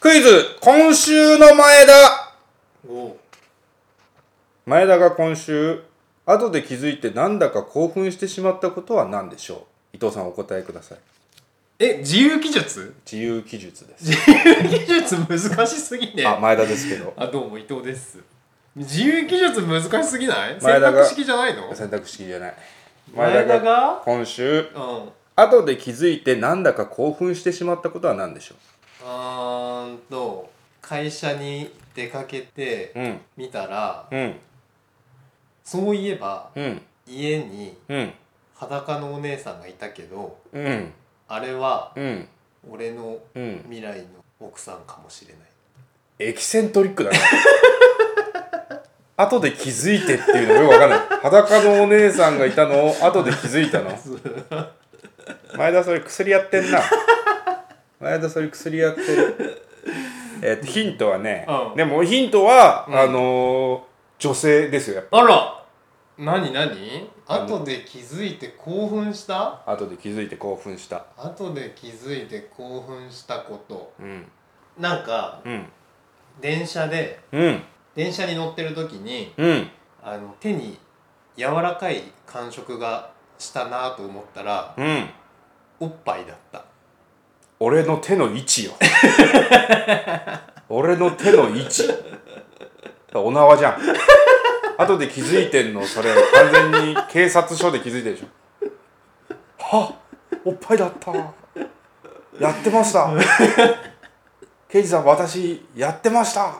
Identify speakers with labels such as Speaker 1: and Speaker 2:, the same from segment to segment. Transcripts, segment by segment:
Speaker 1: クイズ今週の前田
Speaker 2: お
Speaker 1: 前田が今週後で気づいてなんだか興奮してしまったことは何でしょう伊藤さんお答えください
Speaker 2: え自由記述
Speaker 1: 自由記述です
Speaker 2: 記述難しすぎね
Speaker 1: あ前田ですけど
Speaker 2: あどうも伊藤です自由記述難しすぎない
Speaker 1: 前
Speaker 2: 選
Speaker 1: 田が
Speaker 2: 択式じゃないの
Speaker 1: 選択式じゃない
Speaker 2: 前田が
Speaker 1: 今週
Speaker 2: うん
Speaker 1: 後で気づいてなんだか興奮してしまったことは何でしょ
Speaker 2: あーんと会社に出かけて
Speaker 1: ううん
Speaker 2: みたら
Speaker 1: うん
Speaker 2: そういえば
Speaker 1: うん
Speaker 2: 家に
Speaker 1: うん
Speaker 2: 裸のお姉さんがいたけど
Speaker 1: うん
Speaker 2: あれは
Speaker 1: うん
Speaker 2: 俺の
Speaker 1: うん
Speaker 2: 未来の奥さんかもしれない
Speaker 1: エキセントリックだな 後で気づいてっていうのよくわかんない裸のお姉さんがいたのを後で気づいたの前田それ薬やってんな前田それ薬やってるえっとヒントはね、
Speaker 2: うん
Speaker 1: でもヒントは、
Speaker 2: うん
Speaker 1: あのー女性ですよやっ
Speaker 2: あら何何後で気づいて興奮した
Speaker 1: ぱ後で気づいて興奮した
Speaker 2: 後で気づいて興奮したこと
Speaker 1: うん
Speaker 2: なんか
Speaker 1: うん
Speaker 2: 電車で
Speaker 1: うん
Speaker 2: 電車に乗ってる時に
Speaker 1: うん
Speaker 2: あの手に柔らかい感触がしたなと思ったら
Speaker 1: うん
Speaker 2: おっぱいだった
Speaker 1: 俺の手の位置よ 俺の手の位置お縄じゃん後で気づいてんのそれ完全に警察署で気づいてるでしょはっおっぱいだったやってました刑事さん私やってました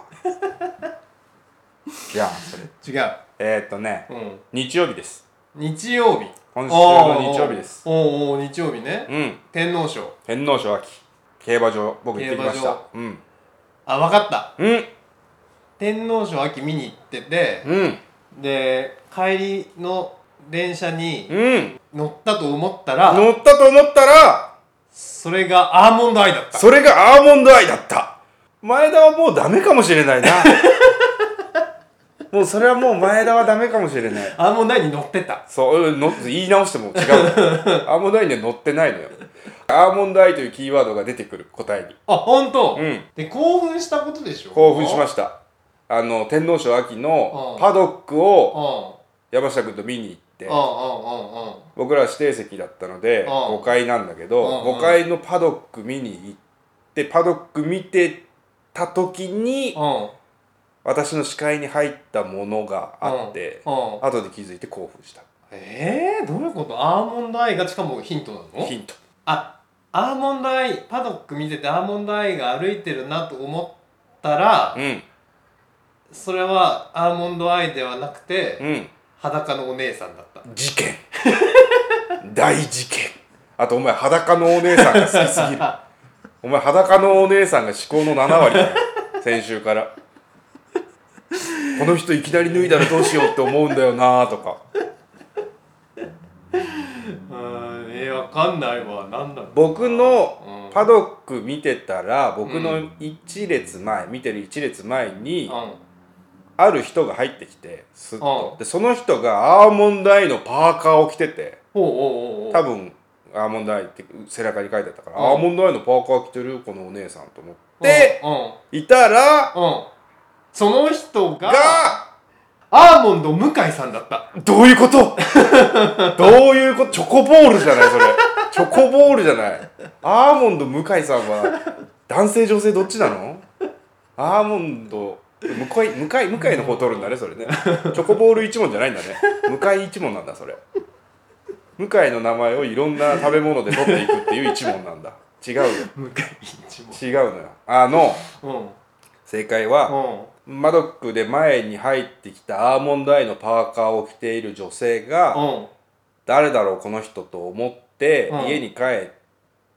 Speaker 1: いやそれ
Speaker 2: 違う、
Speaker 1: えー、っとね
Speaker 2: うん、
Speaker 1: 日曜日です
Speaker 2: 日曜日
Speaker 1: 今週の日曜日です
Speaker 2: おーおーおー日曜日ね
Speaker 1: うん
Speaker 2: 天皇賞
Speaker 1: 天皇賞秋競馬場僕行ってきまし
Speaker 2: 競馬
Speaker 1: た
Speaker 2: 場
Speaker 1: うん
Speaker 2: あ分かった
Speaker 1: うん
Speaker 2: 天皇賞秋見に行ってて
Speaker 1: うん
Speaker 2: で帰りの電車に
Speaker 1: うん
Speaker 2: 乗ったと思った ら
Speaker 1: 乗ったと思ったら
Speaker 2: それがアーモンドアイだった
Speaker 1: それがアーモンドアイだった前田はもうダメかもしれ ないなもうそれはもう前田はダメかもしれない
Speaker 2: アーモンドアイに乗ってた
Speaker 1: そううんの言い直しても違う アーモンドアイには乗ってないのよアーモンドアイというキーワードが出てくる答えに
Speaker 2: あ本当、
Speaker 1: うん
Speaker 2: で興奮したことでしょ
Speaker 1: 興奮しま
Speaker 2: し
Speaker 1: したあの天皇賞秋の
Speaker 2: うん
Speaker 1: パドックを
Speaker 2: うん
Speaker 1: 山下君と見に行って
Speaker 2: うんうんうんうん
Speaker 1: 僕らは指定席だったので
Speaker 2: ん
Speaker 1: 5階なんだけ
Speaker 2: うん
Speaker 1: ど
Speaker 2: うん
Speaker 1: 5階のパドック見に行ってパドック見てた時に
Speaker 2: うん
Speaker 1: 私の視界に入ったものがあって
Speaker 2: うんうん
Speaker 1: 後で気づいて興奮した
Speaker 2: えー、どういうことアーモンドアイがしかもヒントなの
Speaker 1: ヒント
Speaker 2: あアーモンドアイパドック見ててアーモンドアイが歩いてるなと思ったら
Speaker 1: うん
Speaker 2: それはアーモンドアイではなくて、
Speaker 1: うん
Speaker 2: 裸のお姉さんだった
Speaker 1: 事件 大事件あとお前裸のお姉さんが好きすぎる お前裸のお姉さんが思考の7割だよ先週からこの人いきなり脱いだらどうしようって思うんだよなとか
Speaker 2: うーんえー、わかんないわなんだろう
Speaker 1: 僕
Speaker 2: う
Speaker 1: の
Speaker 2: ん
Speaker 1: パドック見てたら僕の一列前見てる一列前
Speaker 2: う
Speaker 1: に
Speaker 2: ん
Speaker 1: ある人が入ってきてスッ
Speaker 2: う
Speaker 1: と
Speaker 2: ん
Speaker 1: でその人がアーモンドアイのパーカーを着てて
Speaker 2: おうおうおうおう
Speaker 1: 多分アーモンドアイって背中に書いてあったから
Speaker 2: うん
Speaker 1: アーモンドアイのパーカー着てるこのお姉さんと思って
Speaker 2: うん
Speaker 1: いたら
Speaker 2: うん、うん、その人が
Speaker 1: が
Speaker 2: アーモンド向井さんだった
Speaker 1: どういうことどういうことチョコボールじゃないそれチョコボールじゃないアーモンド向井さんは男性女性どっちなのアーモンド向井向井向井の方取るんだねそれねチョコボール一問じゃないんだね向井一問なんだそれ向井の名前をいろんな食べ物で取っていくっていう一問なんだ違うよ
Speaker 2: 向井一も
Speaker 1: 違うのよあの
Speaker 2: うん
Speaker 1: 正解は
Speaker 2: うん
Speaker 1: マドックで前に入ってきたアーモンドアイのパーカーを着ている女性が、
Speaker 2: うん
Speaker 1: 誰だろうこの人と思って、
Speaker 2: うん
Speaker 1: 家に帰っ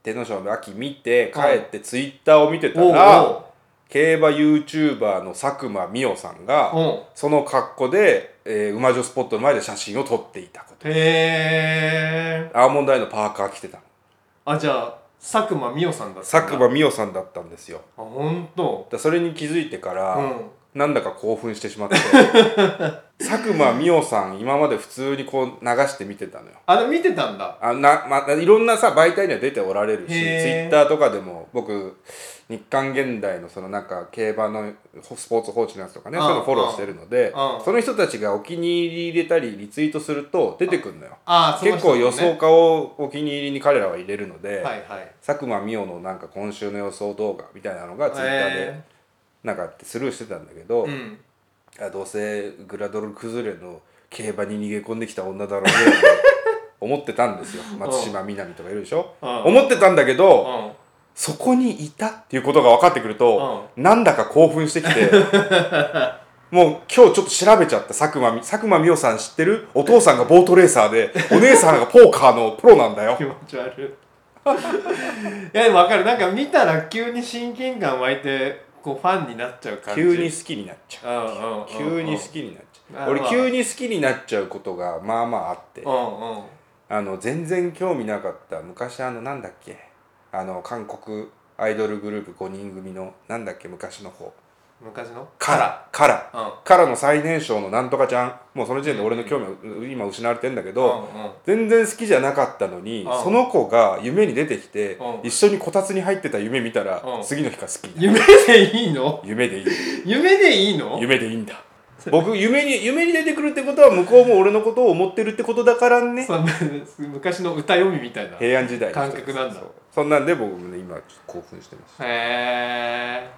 Speaker 1: ての賞の秋見て
Speaker 2: はい
Speaker 1: 帰ってツイッターを見てた
Speaker 2: おう
Speaker 1: ら、競馬 YouTuber の佐久間美桜さんが、
Speaker 2: おううん
Speaker 1: その格好で、えー馬女スポットの前で写真を撮っていたこと
Speaker 2: へえ
Speaker 1: アーモンドアイのパーカー着てたの
Speaker 2: あじゃあ佐久間美桜さんだったんだ
Speaker 1: 佐久間美桜さんだったんですよ
Speaker 2: あ本当
Speaker 1: だそれに気づいてから、
Speaker 2: うん
Speaker 1: なんだか興奮して しまって佐久間美桜さん今まで普通にこう流して見てたのよ
Speaker 2: あれ見てたんだ
Speaker 1: あな、まあ、いろんなさ媒体には出ておられるしツイ
Speaker 2: へー
Speaker 1: ッターとかでも僕日刊現代のそのなんか競馬のスポーツ報知のやつとかね
Speaker 2: うん
Speaker 1: そういうのフォローしてるので
Speaker 2: うん
Speaker 1: その人たちがお気に入り入れたりリツイートすると出てくるのよ
Speaker 2: ああその
Speaker 1: 結
Speaker 2: 人も
Speaker 1: 構
Speaker 2: ね
Speaker 1: 予想家をお気に入りに彼らは入れるので、
Speaker 2: はいはい
Speaker 1: 佐久間美桜のなんか今週の予想動画みたいなのがツイッターで
Speaker 2: え
Speaker 1: なんかあってスルーしてたんだけど、
Speaker 2: ーうん
Speaker 1: あどうせグラドル崩れの競馬に逃げ込んできた女だろうねって思ってたんですよ松島みなみとかいるでしょ、
Speaker 2: うん
Speaker 1: 思ってたんだけど、
Speaker 2: うん
Speaker 1: そこにいたっていうことが分かってくると、なんだか興奮してきてもう今日ちょっと調べちゃった佐久間み佐久間美桜さん知ってるお父さんがボートレーサーでお姉さんがポーカーのプロなんだよ
Speaker 2: 気持ち悪い いやでも分かるなんか見たら急に親近感湧いてこうファンになっちゃう感じ
Speaker 1: 急に好きになっちゃ
Speaker 2: うんうんうんうん
Speaker 1: う急に好きになっちゃ
Speaker 2: あ
Speaker 1: う俺
Speaker 2: まあ
Speaker 1: 急に好きになっちゃうことがまあまああって
Speaker 2: うんうん
Speaker 1: あの全然興味なかった昔あのなんだっけあの韓国アイドルグループ5人組のなんだっけ昔の方
Speaker 2: 昔の
Speaker 1: カラカラ
Speaker 2: うん
Speaker 1: からの最年少のなんとかちゃんもうその時点で俺の興味は今失われてんだけど、
Speaker 2: う
Speaker 1: 全然好きじゃなかったのに、
Speaker 2: うん
Speaker 1: その子が夢に出てきて、
Speaker 2: うん
Speaker 1: 一緒にこたつに入ってた夢見たら、
Speaker 2: うん
Speaker 1: 次の日から好きに
Speaker 2: ん
Speaker 1: なる
Speaker 2: 夢でいいの
Speaker 1: 夢でいい
Speaker 2: 夢でいいの
Speaker 1: 夢でいいんだ僕夢に夢に出てくるってことは向こうも俺のことを思ってるってことだからね
Speaker 2: そんな昔の歌読みみたいなへ
Speaker 1: 平安時代の人です
Speaker 2: 感覚なんだ
Speaker 1: そうそんなんで僕もね今ちょっと興奮してます
Speaker 2: え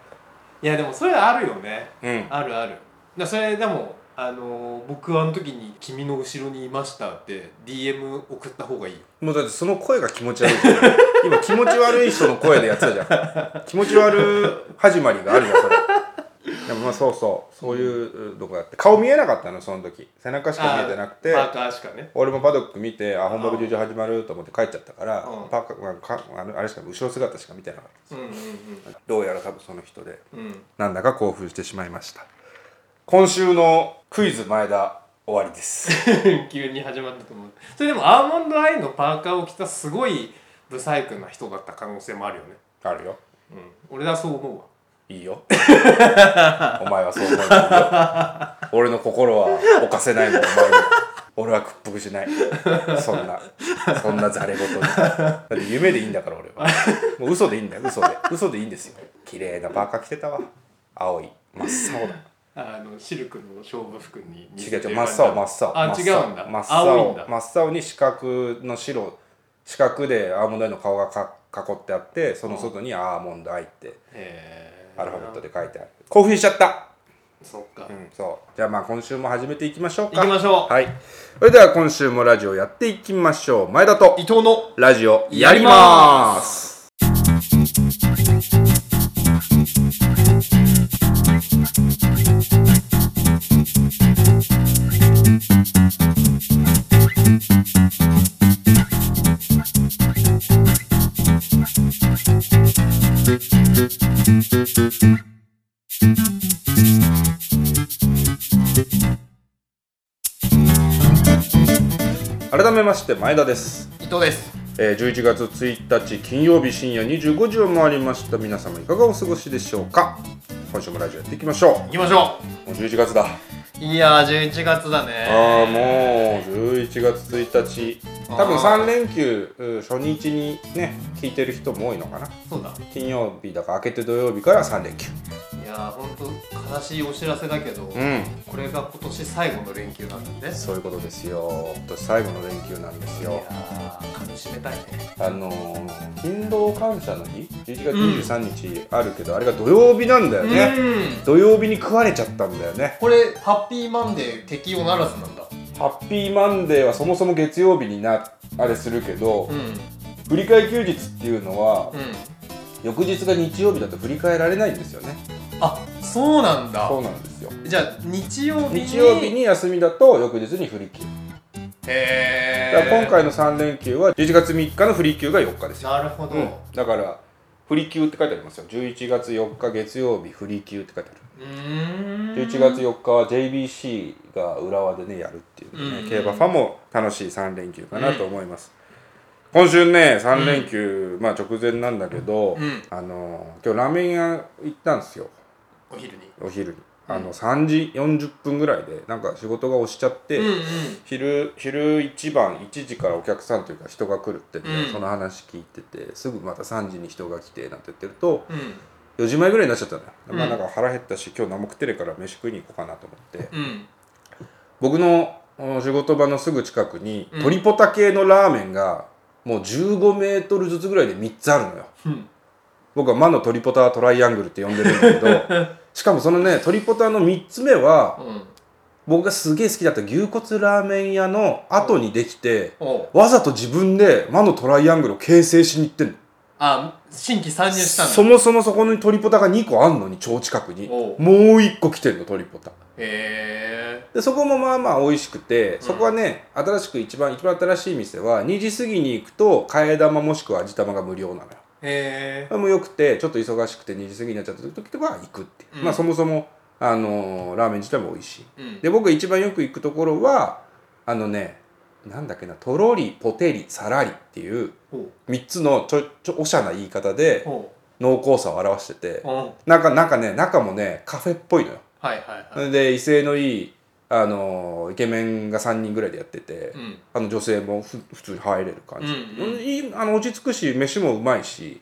Speaker 2: いやでもそれあるよね
Speaker 1: うん
Speaker 2: あるあるだそれでもあのー僕はあの時に「君の後ろにいました」って DM 送った方がいい
Speaker 1: もうだってその声が気持ち 悪いじゃん今気持ち悪い人の声でやってたじゃん気持ち悪い始まりがあるじゃんそれでもまあそうそうそういうのがあって顔見えなかったのその時背中しか見えてなくて
Speaker 2: あーパーカーしかね
Speaker 1: 俺もパドック見てあ本場劇場始まると思って帰っちゃったから
Speaker 2: うん
Speaker 1: パーカーかあのあれしか後ろ姿しか見てなかった
Speaker 2: うんうん
Speaker 1: どうやら多分その人で
Speaker 2: うんうん
Speaker 1: なんだか興奮してしまいました今週のクイズ前田終わりです
Speaker 2: 急に始まったと思うそれでもアーモンドアイのパーカーを着たすごいブサイクな人だった可能性もあるよね、
Speaker 1: あるよ
Speaker 2: うん、俺はそう思うわ
Speaker 1: いいよ お前はそう思う俺の心は犯せないもんお前に俺は屈服しないそんなそんなざれ言にだって夢でいいんだから俺はもう嘘でいいんだよ嘘で嘘でいいんですよ綺麗なバカ着てたわ青い真っ青だ
Speaker 2: あのシルクの勝負服に似
Speaker 1: 違う
Speaker 2: て
Speaker 1: 違う
Speaker 2: る
Speaker 1: 真っ青真っ青
Speaker 2: あ違
Speaker 1: 真っ青
Speaker 2: うんだ
Speaker 1: 真っ
Speaker 2: 青いん
Speaker 1: 青
Speaker 2: だ
Speaker 1: 真っ青に四角の白四角でアーモンドアイの顔がか囲ってあってその外にアーモンドアイって
Speaker 2: へー
Speaker 1: アルファベットで書いてある興奮しちゃった
Speaker 2: そっか、
Speaker 1: う
Speaker 2: 行
Speaker 1: ん、そうじゃあまあ今週も始めていきましょうか
Speaker 2: きましょ
Speaker 1: はいそれでは今週もラジオやっていきましょう前田と
Speaker 2: う伊藤の
Speaker 1: ラジオやります改めまして前田です
Speaker 2: 伊藤です
Speaker 1: えー11月1日金曜日深夜25時を回りました皆様いかがお過ごしでしょうか今週もラジオやっていきましょうも
Speaker 2: 行きましょ
Speaker 1: う11月だ
Speaker 2: ういやー11月だね
Speaker 1: ああもう11月1日多分
Speaker 2: あー
Speaker 1: 3連休うん初日にね聞いてる人も多いのかな
Speaker 2: そうだ
Speaker 1: 金曜日だから明けて土曜日から3連休
Speaker 2: いやーほんと悲しいお知らせだけど、
Speaker 1: ん
Speaker 2: これが今年最後の連休なんだね
Speaker 1: そういうことですよ今年最後の連休なんです
Speaker 2: いや
Speaker 1: よ
Speaker 2: ーかみしめたいね
Speaker 1: あのー勤労感謝の日11月23日あるけど、あれが土曜日なんだよね、
Speaker 2: うん
Speaker 1: 土曜日に食われちゃったんだよね
Speaker 2: これハッピーマンデー適用ならずなんだ
Speaker 1: ハッピーマンデーはそもそも月曜日になあれするけど、
Speaker 2: うん
Speaker 1: 振り替え休日っていうのは、
Speaker 2: うん
Speaker 1: 翌日が日曜日だと振り替えられないんですよね
Speaker 2: あそうなんだ
Speaker 1: そうなんですよ
Speaker 2: じゃあ日曜日に
Speaker 1: 日曜日に休みだと翌日に振り休
Speaker 2: へ
Speaker 1: だ
Speaker 2: え
Speaker 1: から今回の3連休は11月3日の振り休が4日ですよ、
Speaker 2: なるほど、
Speaker 1: うん、だから振り休って書いてありますよ11月4日月曜日振り休って書いてある
Speaker 2: うーん
Speaker 1: 11月4日は JBC が浦和でねやるっていうね、
Speaker 2: うん
Speaker 1: 競馬ファンも楽しい3連休かなと思います、今週ね3連休、まあ直前なんだけど、
Speaker 2: うん
Speaker 1: あのー今日ラーメン屋行ったんですよ
Speaker 2: お昼に
Speaker 1: お昼に、あの3時40分ぐらいでなんか仕事が押しちゃって、
Speaker 2: うんうん
Speaker 1: 昼昼一番1時からお客さんというか人が来るってね、
Speaker 2: うん
Speaker 1: その話聞いててすぐまた3時に人が来てなんて言ってると
Speaker 2: うん
Speaker 1: 4時前ぐらいになっちゃったのよ、
Speaker 2: うん
Speaker 1: まあなんか腹減ったし今日何も食ってねえから飯食いに行こうかなと思って
Speaker 2: うん
Speaker 1: 僕のお仕事場のすぐ近くに
Speaker 2: うん
Speaker 1: 鶏ポタ系のラーメンがもう15メートルずつぐらいで3つあるのよ
Speaker 2: うん
Speaker 1: 僕は魔の鶏ポタトライアングルって呼んでるんだけ どしかもそのね鶏ポタの3つ目は
Speaker 2: うん
Speaker 1: 僕がすげえ好きだった牛骨ラーメン屋の後にできて、
Speaker 2: おう
Speaker 1: わざと自分で魔のトライアングルを形成しに行ってんの
Speaker 2: あ新規参入した
Speaker 1: そ
Speaker 2: んだ
Speaker 1: もそもそこにトリポタが2個あんのに超近くに
Speaker 2: お
Speaker 1: も
Speaker 2: う
Speaker 1: う1個来てんのトリポタ
Speaker 2: へ
Speaker 1: でそこもまあまあ美味しくてそこはね、新しく一番一番新しい店は2時過ぎに行くと替え玉もしくは味玉が無料なのよ
Speaker 2: えへえ
Speaker 1: もうよくてちょっと忙しくて2時過ぎになっちゃった時とかは行くっていう、
Speaker 2: うん
Speaker 1: まあそもそもあのーラーメン自体も美味しい
Speaker 2: うん
Speaker 1: で僕が一番よく行くところはあのねなんだっけなとろりポテリさらりっていう
Speaker 2: おう
Speaker 1: 3つのちょちょおしゃな言い方で
Speaker 2: おう
Speaker 1: 濃厚さを表してて
Speaker 2: おう
Speaker 1: なんかなんかね中もねカフェっぽいのよ
Speaker 2: はいはいはい
Speaker 1: それで威勢のいいあのーイケメンが3人ぐらいでやってて、
Speaker 2: うん
Speaker 1: あの女性もふ普通に入れる感じ、
Speaker 2: うんうん
Speaker 1: いいあの落ち着くし飯もうまいし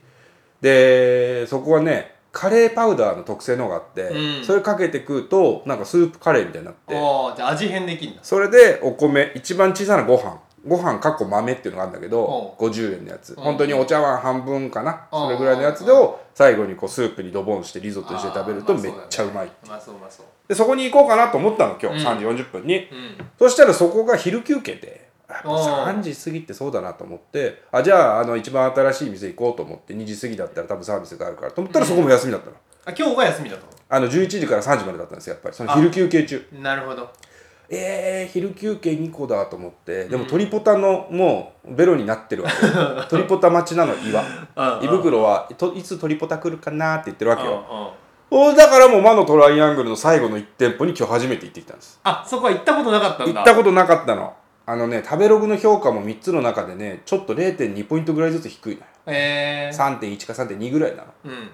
Speaker 1: でそこはねカレーパウダーの特製のがあって、
Speaker 2: うん
Speaker 1: それかけて食うとなんかスープカレーみたいになって
Speaker 2: おうじゃあ味変できんだ
Speaker 1: それでお米一番小さなご飯ご飯かっこ豆っていうのがあるんだけど50円のやつ
Speaker 2: うん
Speaker 1: 本当にお茶碗半分かな
Speaker 2: うん
Speaker 1: それぐらいのやつを最後にこうスープにドボンしてリゾットにして食べると
Speaker 2: あーまあ
Speaker 1: めっちゃうまいう
Speaker 2: まそううまそう
Speaker 1: でそこに行こうかなと思ったの今日
Speaker 2: うん
Speaker 1: 3時40分に
Speaker 2: うん
Speaker 1: そしたらそこが昼休憩でやっぱ
Speaker 2: あー
Speaker 1: 3時過ぎってそうだなと思ってあじゃああの一番新しい店行こうと思って2時過ぎだったら多分サービスがあるからと思ったらそこも休みだったの
Speaker 2: あ今日が休みだと
Speaker 1: あの11時から3時までだったんですよやっぱりその昼休憩中
Speaker 2: なるほど
Speaker 1: えー、昼休憩2個だと思ってでもトリポタのもうベロになってるわけ よトリポタ町なの岩
Speaker 2: うん
Speaker 1: 胃袋はといつトリポタ来るかなって言ってるわけ
Speaker 2: うんう
Speaker 1: よ
Speaker 2: ん
Speaker 1: おだからもう魔のトライアングルの最後の1店舗に今日初めて行ってきたんです
Speaker 2: あそこは行ったことなかった
Speaker 1: 行
Speaker 2: んだ
Speaker 1: ったことなかったのあのね食べログの評価も3つの中でねちょっと0.2ポイントぐらいずつ低いのよ
Speaker 2: へえ
Speaker 1: 3.1か3.2ぐらいなの
Speaker 2: うん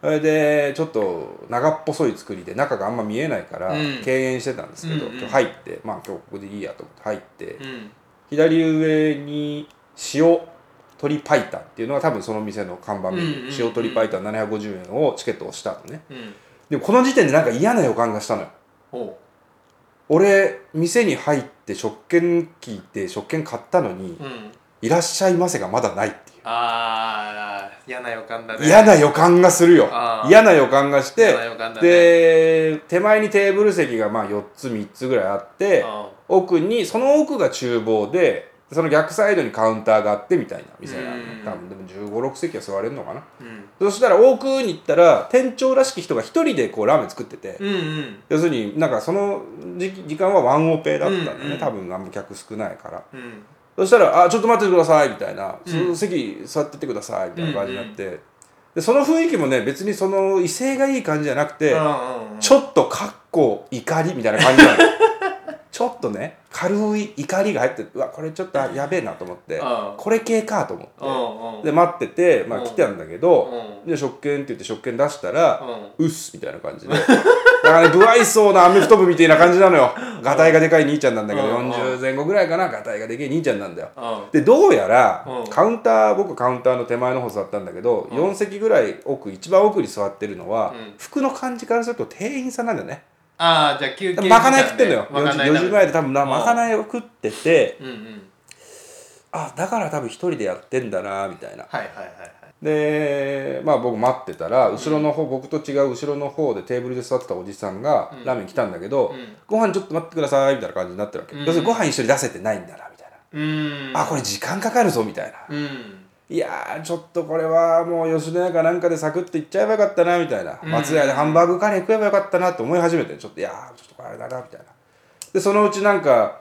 Speaker 1: それでちょっと長っぽそい作りで中があんま見えないから
Speaker 2: うん
Speaker 1: 敬遠してたんですけど、
Speaker 2: うんうん
Speaker 1: 今日入ってまあ今日ここでいいやと思って入って、
Speaker 2: うん
Speaker 1: 左上に塩鶏白湯っていうのが多分その店の看板メニュー、
Speaker 2: うんうんうん
Speaker 1: 塩鶏白湯750円をチケットをしたのね
Speaker 2: うん
Speaker 1: でもこの時点でなんか嫌な予感がしたのよ
Speaker 2: おう
Speaker 1: 俺店に入って食券聞いて食券買ったのに「
Speaker 2: うん
Speaker 1: いらっしゃいませ」がまだないっていう
Speaker 2: あー嫌な予感だね
Speaker 1: 嫌な予感がするよ
Speaker 2: あー
Speaker 1: 嫌な予感がし
Speaker 2: 嫌
Speaker 1: て
Speaker 2: な予感だね
Speaker 1: で手前にテーブル席がまあ4つ3つぐらいあって
Speaker 2: うん
Speaker 1: 奥にその奥が厨房でその逆サイドにカウンターがあってみたいな店がある
Speaker 2: うん
Speaker 1: 多分でも1 5 6席は座れるのかな
Speaker 2: う
Speaker 1: そ
Speaker 2: ん
Speaker 1: したら奥に行ったら店長らしき人が一人でこうラーメン作ってて、
Speaker 2: うんうん
Speaker 1: 要するになんかその時時間はワンオペだったんだね、
Speaker 2: うんうん
Speaker 1: 多分あんま客少ないから
Speaker 2: うん
Speaker 1: そしたら「あちょっと待っててください」みたいな「
Speaker 2: うん
Speaker 1: その席座っててください」みたいな感じになって、でその雰囲気もね別にその威勢がいい感じじゃなくて、
Speaker 2: うんうん
Speaker 1: ちょっとかっこ怒りみたいな感じなの ちょっとね軽い怒りが入ってうわこれちょっとやべえなと思って
Speaker 2: うん
Speaker 1: これ系かと思っ
Speaker 2: うんうん
Speaker 1: てで待ってて、まあ、
Speaker 2: うん
Speaker 1: 来たんだけど
Speaker 2: う
Speaker 1: で食券って言って食券出したら
Speaker 2: んうん
Speaker 1: うっすみたいな感じでだからね不愛想なアメフト部みたいな感じなのよガタイがでかい兄ちゃんなんだけど
Speaker 2: うん
Speaker 1: 40前後ぐらいかなガタイがでかい兄ちゃんなんだよ
Speaker 2: うん
Speaker 1: でどうやら
Speaker 2: うん
Speaker 1: カウンター僕カウンターの手前の方座ったんだけど
Speaker 2: うん
Speaker 1: 4席ぐらい奥一番奥に座ってるのは
Speaker 2: うん
Speaker 1: 服の感じからすると店員さんなんだよね
Speaker 2: あーじゃあ休憩
Speaker 1: まかない食ってんのよ
Speaker 2: 時間ねまかない
Speaker 1: 4, 時前で多分な
Speaker 2: うん
Speaker 1: まかないを食ってて
Speaker 2: うんうん
Speaker 1: あだから多分一人でやってんだなみたいな
Speaker 2: はいはいはいはい
Speaker 1: でまあ僕待ってたら後ろの方、僕と違う後ろの方でテーブルで座ってたおじさんが
Speaker 2: うん
Speaker 1: ラーメン来たんだけど、
Speaker 2: うん
Speaker 1: ご飯ちょっと待ってくださいみたいな感じになってるわけ、
Speaker 2: うん
Speaker 1: 要するにご飯一緒に出せてないんだなみたいな、
Speaker 2: うん
Speaker 1: あこれ時間かかるぞみたいな、
Speaker 2: うん
Speaker 1: いやーちょっとこれはもう吉野家かなんかでサクッと行っちゃえばよかったなみたいな、
Speaker 2: うん
Speaker 1: 松屋でハンバーグカレー食えばよかったなって思い始めてちょっといやーちょっとこれあれだなみたいなでそのうちなんか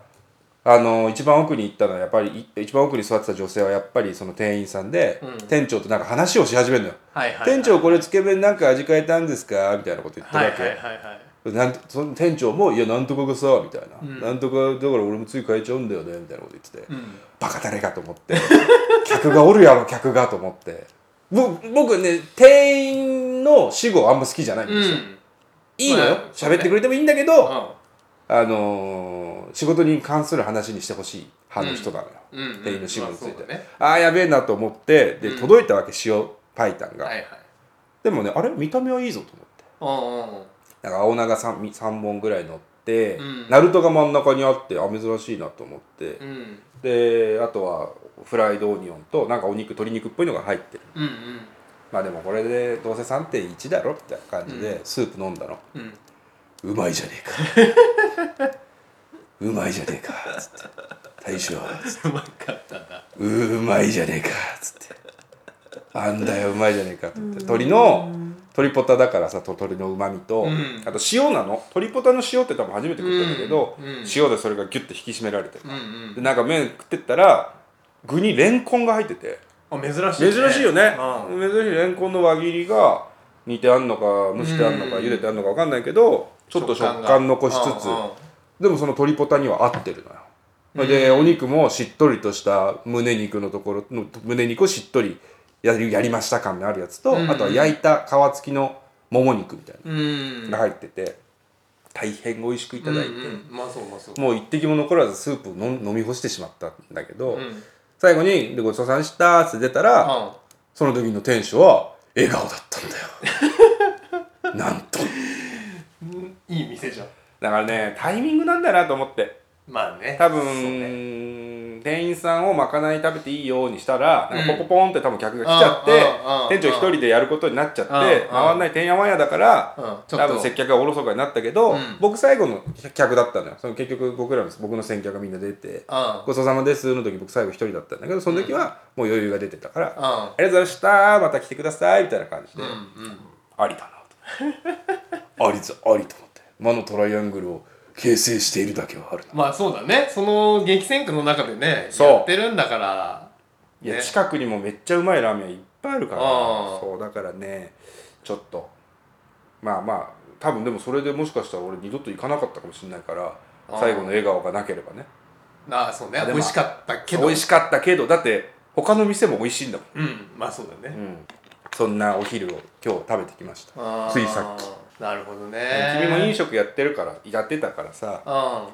Speaker 1: あの一番奥に行ったのはやっぱりい一番奥に座ってた女性はやっぱりその店員さんで、
Speaker 2: うん
Speaker 1: 店長となんか話をし始めるのよ
Speaker 2: はいはいはい
Speaker 1: 店長これつけ麺なんか味変えたんですかみたいなこと言ってる
Speaker 2: は
Speaker 1: わ
Speaker 2: いはい
Speaker 1: け、
Speaker 2: はいはい
Speaker 1: なんとその店長も「いやなんとかがさ」みたいな「
Speaker 2: ん
Speaker 1: なんとかだから俺もつい変えちゃうんだよね」みたいなこと言ってて、
Speaker 2: うん
Speaker 1: バカ誰かと思って客がおるやろ客がと思ってぼ僕ね店員の死後あんま好きじゃないん
Speaker 2: う
Speaker 1: ですよ、
Speaker 2: ん
Speaker 1: いいのよ
Speaker 2: まあそうね
Speaker 1: 喋ってくれてもいいんだけど、
Speaker 2: う
Speaker 1: あのー仕事に関する話にしてほしい派の人なのよ、
Speaker 2: んうんうん
Speaker 1: 店員の仕事について
Speaker 2: まあそうだね
Speaker 1: ああやべえなと思ってで
Speaker 2: うん
Speaker 1: 届いたわけ塩白湯が、
Speaker 2: はいはい
Speaker 1: でもねあれ見た目はいいぞと思って
Speaker 2: うんうんうん
Speaker 1: なんか青菜が 3, 三本ぐらい乗って、
Speaker 2: うん
Speaker 1: ナルトが真ん中にあってあ珍しいなと思って、
Speaker 2: うん
Speaker 1: であとはフライドオニオンとなんかお肉鶏肉っぽいのが入ってる
Speaker 2: うん
Speaker 1: まあでもこれでどうせ3.1だろみたいな感じでスープ飲んだの、
Speaker 2: うんうん
Speaker 1: うまいじゃねえか うまいじゃねえかつって大将つって
Speaker 2: うまかったな
Speaker 1: うーうまいじゃねえかつってあんだようまいじゃねえかって言って鶏の鶏ポタだからさと鶏のうまみと、
Speaker 2: うん
Speaker 1: あと塩なの鶏ポタの塩って多分初めて食ったんだけど、
Speaker 2: うんうん
Speaker 1: 塩でそれがギュッて引き締められてる
Speaker 2: うんうん
Speaker 1: でなんか麺食ってったら具にレンコンが入ってて
Speaker 2: あ珍しい、
Speaker 1: 珍しいよね
Speaker 2: うん
Speaker 1: 珍しいレンコンの輪切りが煮てあんのか蒸してあんのか
Speaker 2: うん
Speaker 1: 茹でてあんのか分かんないけどちょっと食
Speaker 2: が
Speaker 1: 感残しつつ
Speaker 2: うんうん
Speaker 1: でもその鶏ポタには合ってるのよでお肉もしっとりとした胸肉のところの胸肉をしっとりやりやりました感のあるやつと
Speaker 2: うん
Speaker 1: あとは焼いた皮付きのもも肉みたいな
Speaker 2: うん
Speaker 1: のが入ってて大変美味しくいただいて
Speaker 2: うんうん、まあそうまあそう
Speaker 1: もう一滴も残らずスープを飲飲み干してしまったんだけど、
Speaker 2: ん
Speaker 1: 最後にで「ごちそうさんでした」って出たら、
Speaker 2: あ
Speaker 1: その時の店主は笑顔だったん だよなんと
Speaker 2: うんいい店じゃん
Speaker 1: だからねタイミングなんだなと思って
Speaker 2: まあね
Speaker 1: 多分、
Speaker 2: そうね
Speaker 1: 店員さんをまかない食べていいようにしたらなんか
Speaker 2: うん
Speaker 1: ポポポンって多分客が来ちゃ
Speaker 2: うんうんうんう
Speaker 1: っ
Speaker 2: ん
Speaker 1: て、店長一人でやることになっちゃっ
Speaker 2: うんう
Speaker 1: て
Speaker 2: ん
Speaker 1: 回んないてんやわんやだから、
Speaker 2: うんちょ
Speaker 1: 多
Speaker 2: っ
Speaker 1: 分
Speaker 2: と
Speaker 1: 接客がおろそかになったけど、
Speaker 2: うん
Speaker 1: 僕最後の客だったのよその結局僕らの僕の先客がみんな出て「
Speaker 2: う
Speaker 1: ごちそうさまです」の時僕最後一人だったんだけどその時はもう余裕が出てたから「あ
Speaker 2: んうん
Speaker 1: りがとうございましたまた来てください」みたいな感じで、
Speaker 2: うんうん
Speaker 1: ありだな とありずありと思って魔のトライアングルを形成しているだけはあるな
Speaker 2: まあそうだねその激戦区の中でね
Speaker 1: そう
Speaker 2: やってるんだから
Speaker 1: いや、
Speaker 2: ね
Speaker 1: 近くにもめっちゃうまいラーメン屋いっぱいあるからな
Speaker 2: あー
Speaker 1: そうだからねちょっとまあまあ多分でもそれでもしかしたら俺二度と行かなかったかもしれないから
Speaker 2: あー
Speaker 1: 最後の笑顔がなければね
Speaker 2: ああそうね
Speaker 1: あで
Speaker 2: 美
Speaker 1: も
Speaker 2: 味しかったけど
Speaker 1: 美味しかったけどだって他の店も美味しいんだもん
Speaker 2: うんまあそうだね、
Speaker 1: そんなお昼を今日食べてきました
Speaker 2: ああ
Speaker 1: ついさっき
Speaker 2: なるほどね
Speaker 1: 君も飲
Speaker 2: 食
Speaker 1: 食やってるからやってたからさ
Speaker 2: う
Speaker 1: こ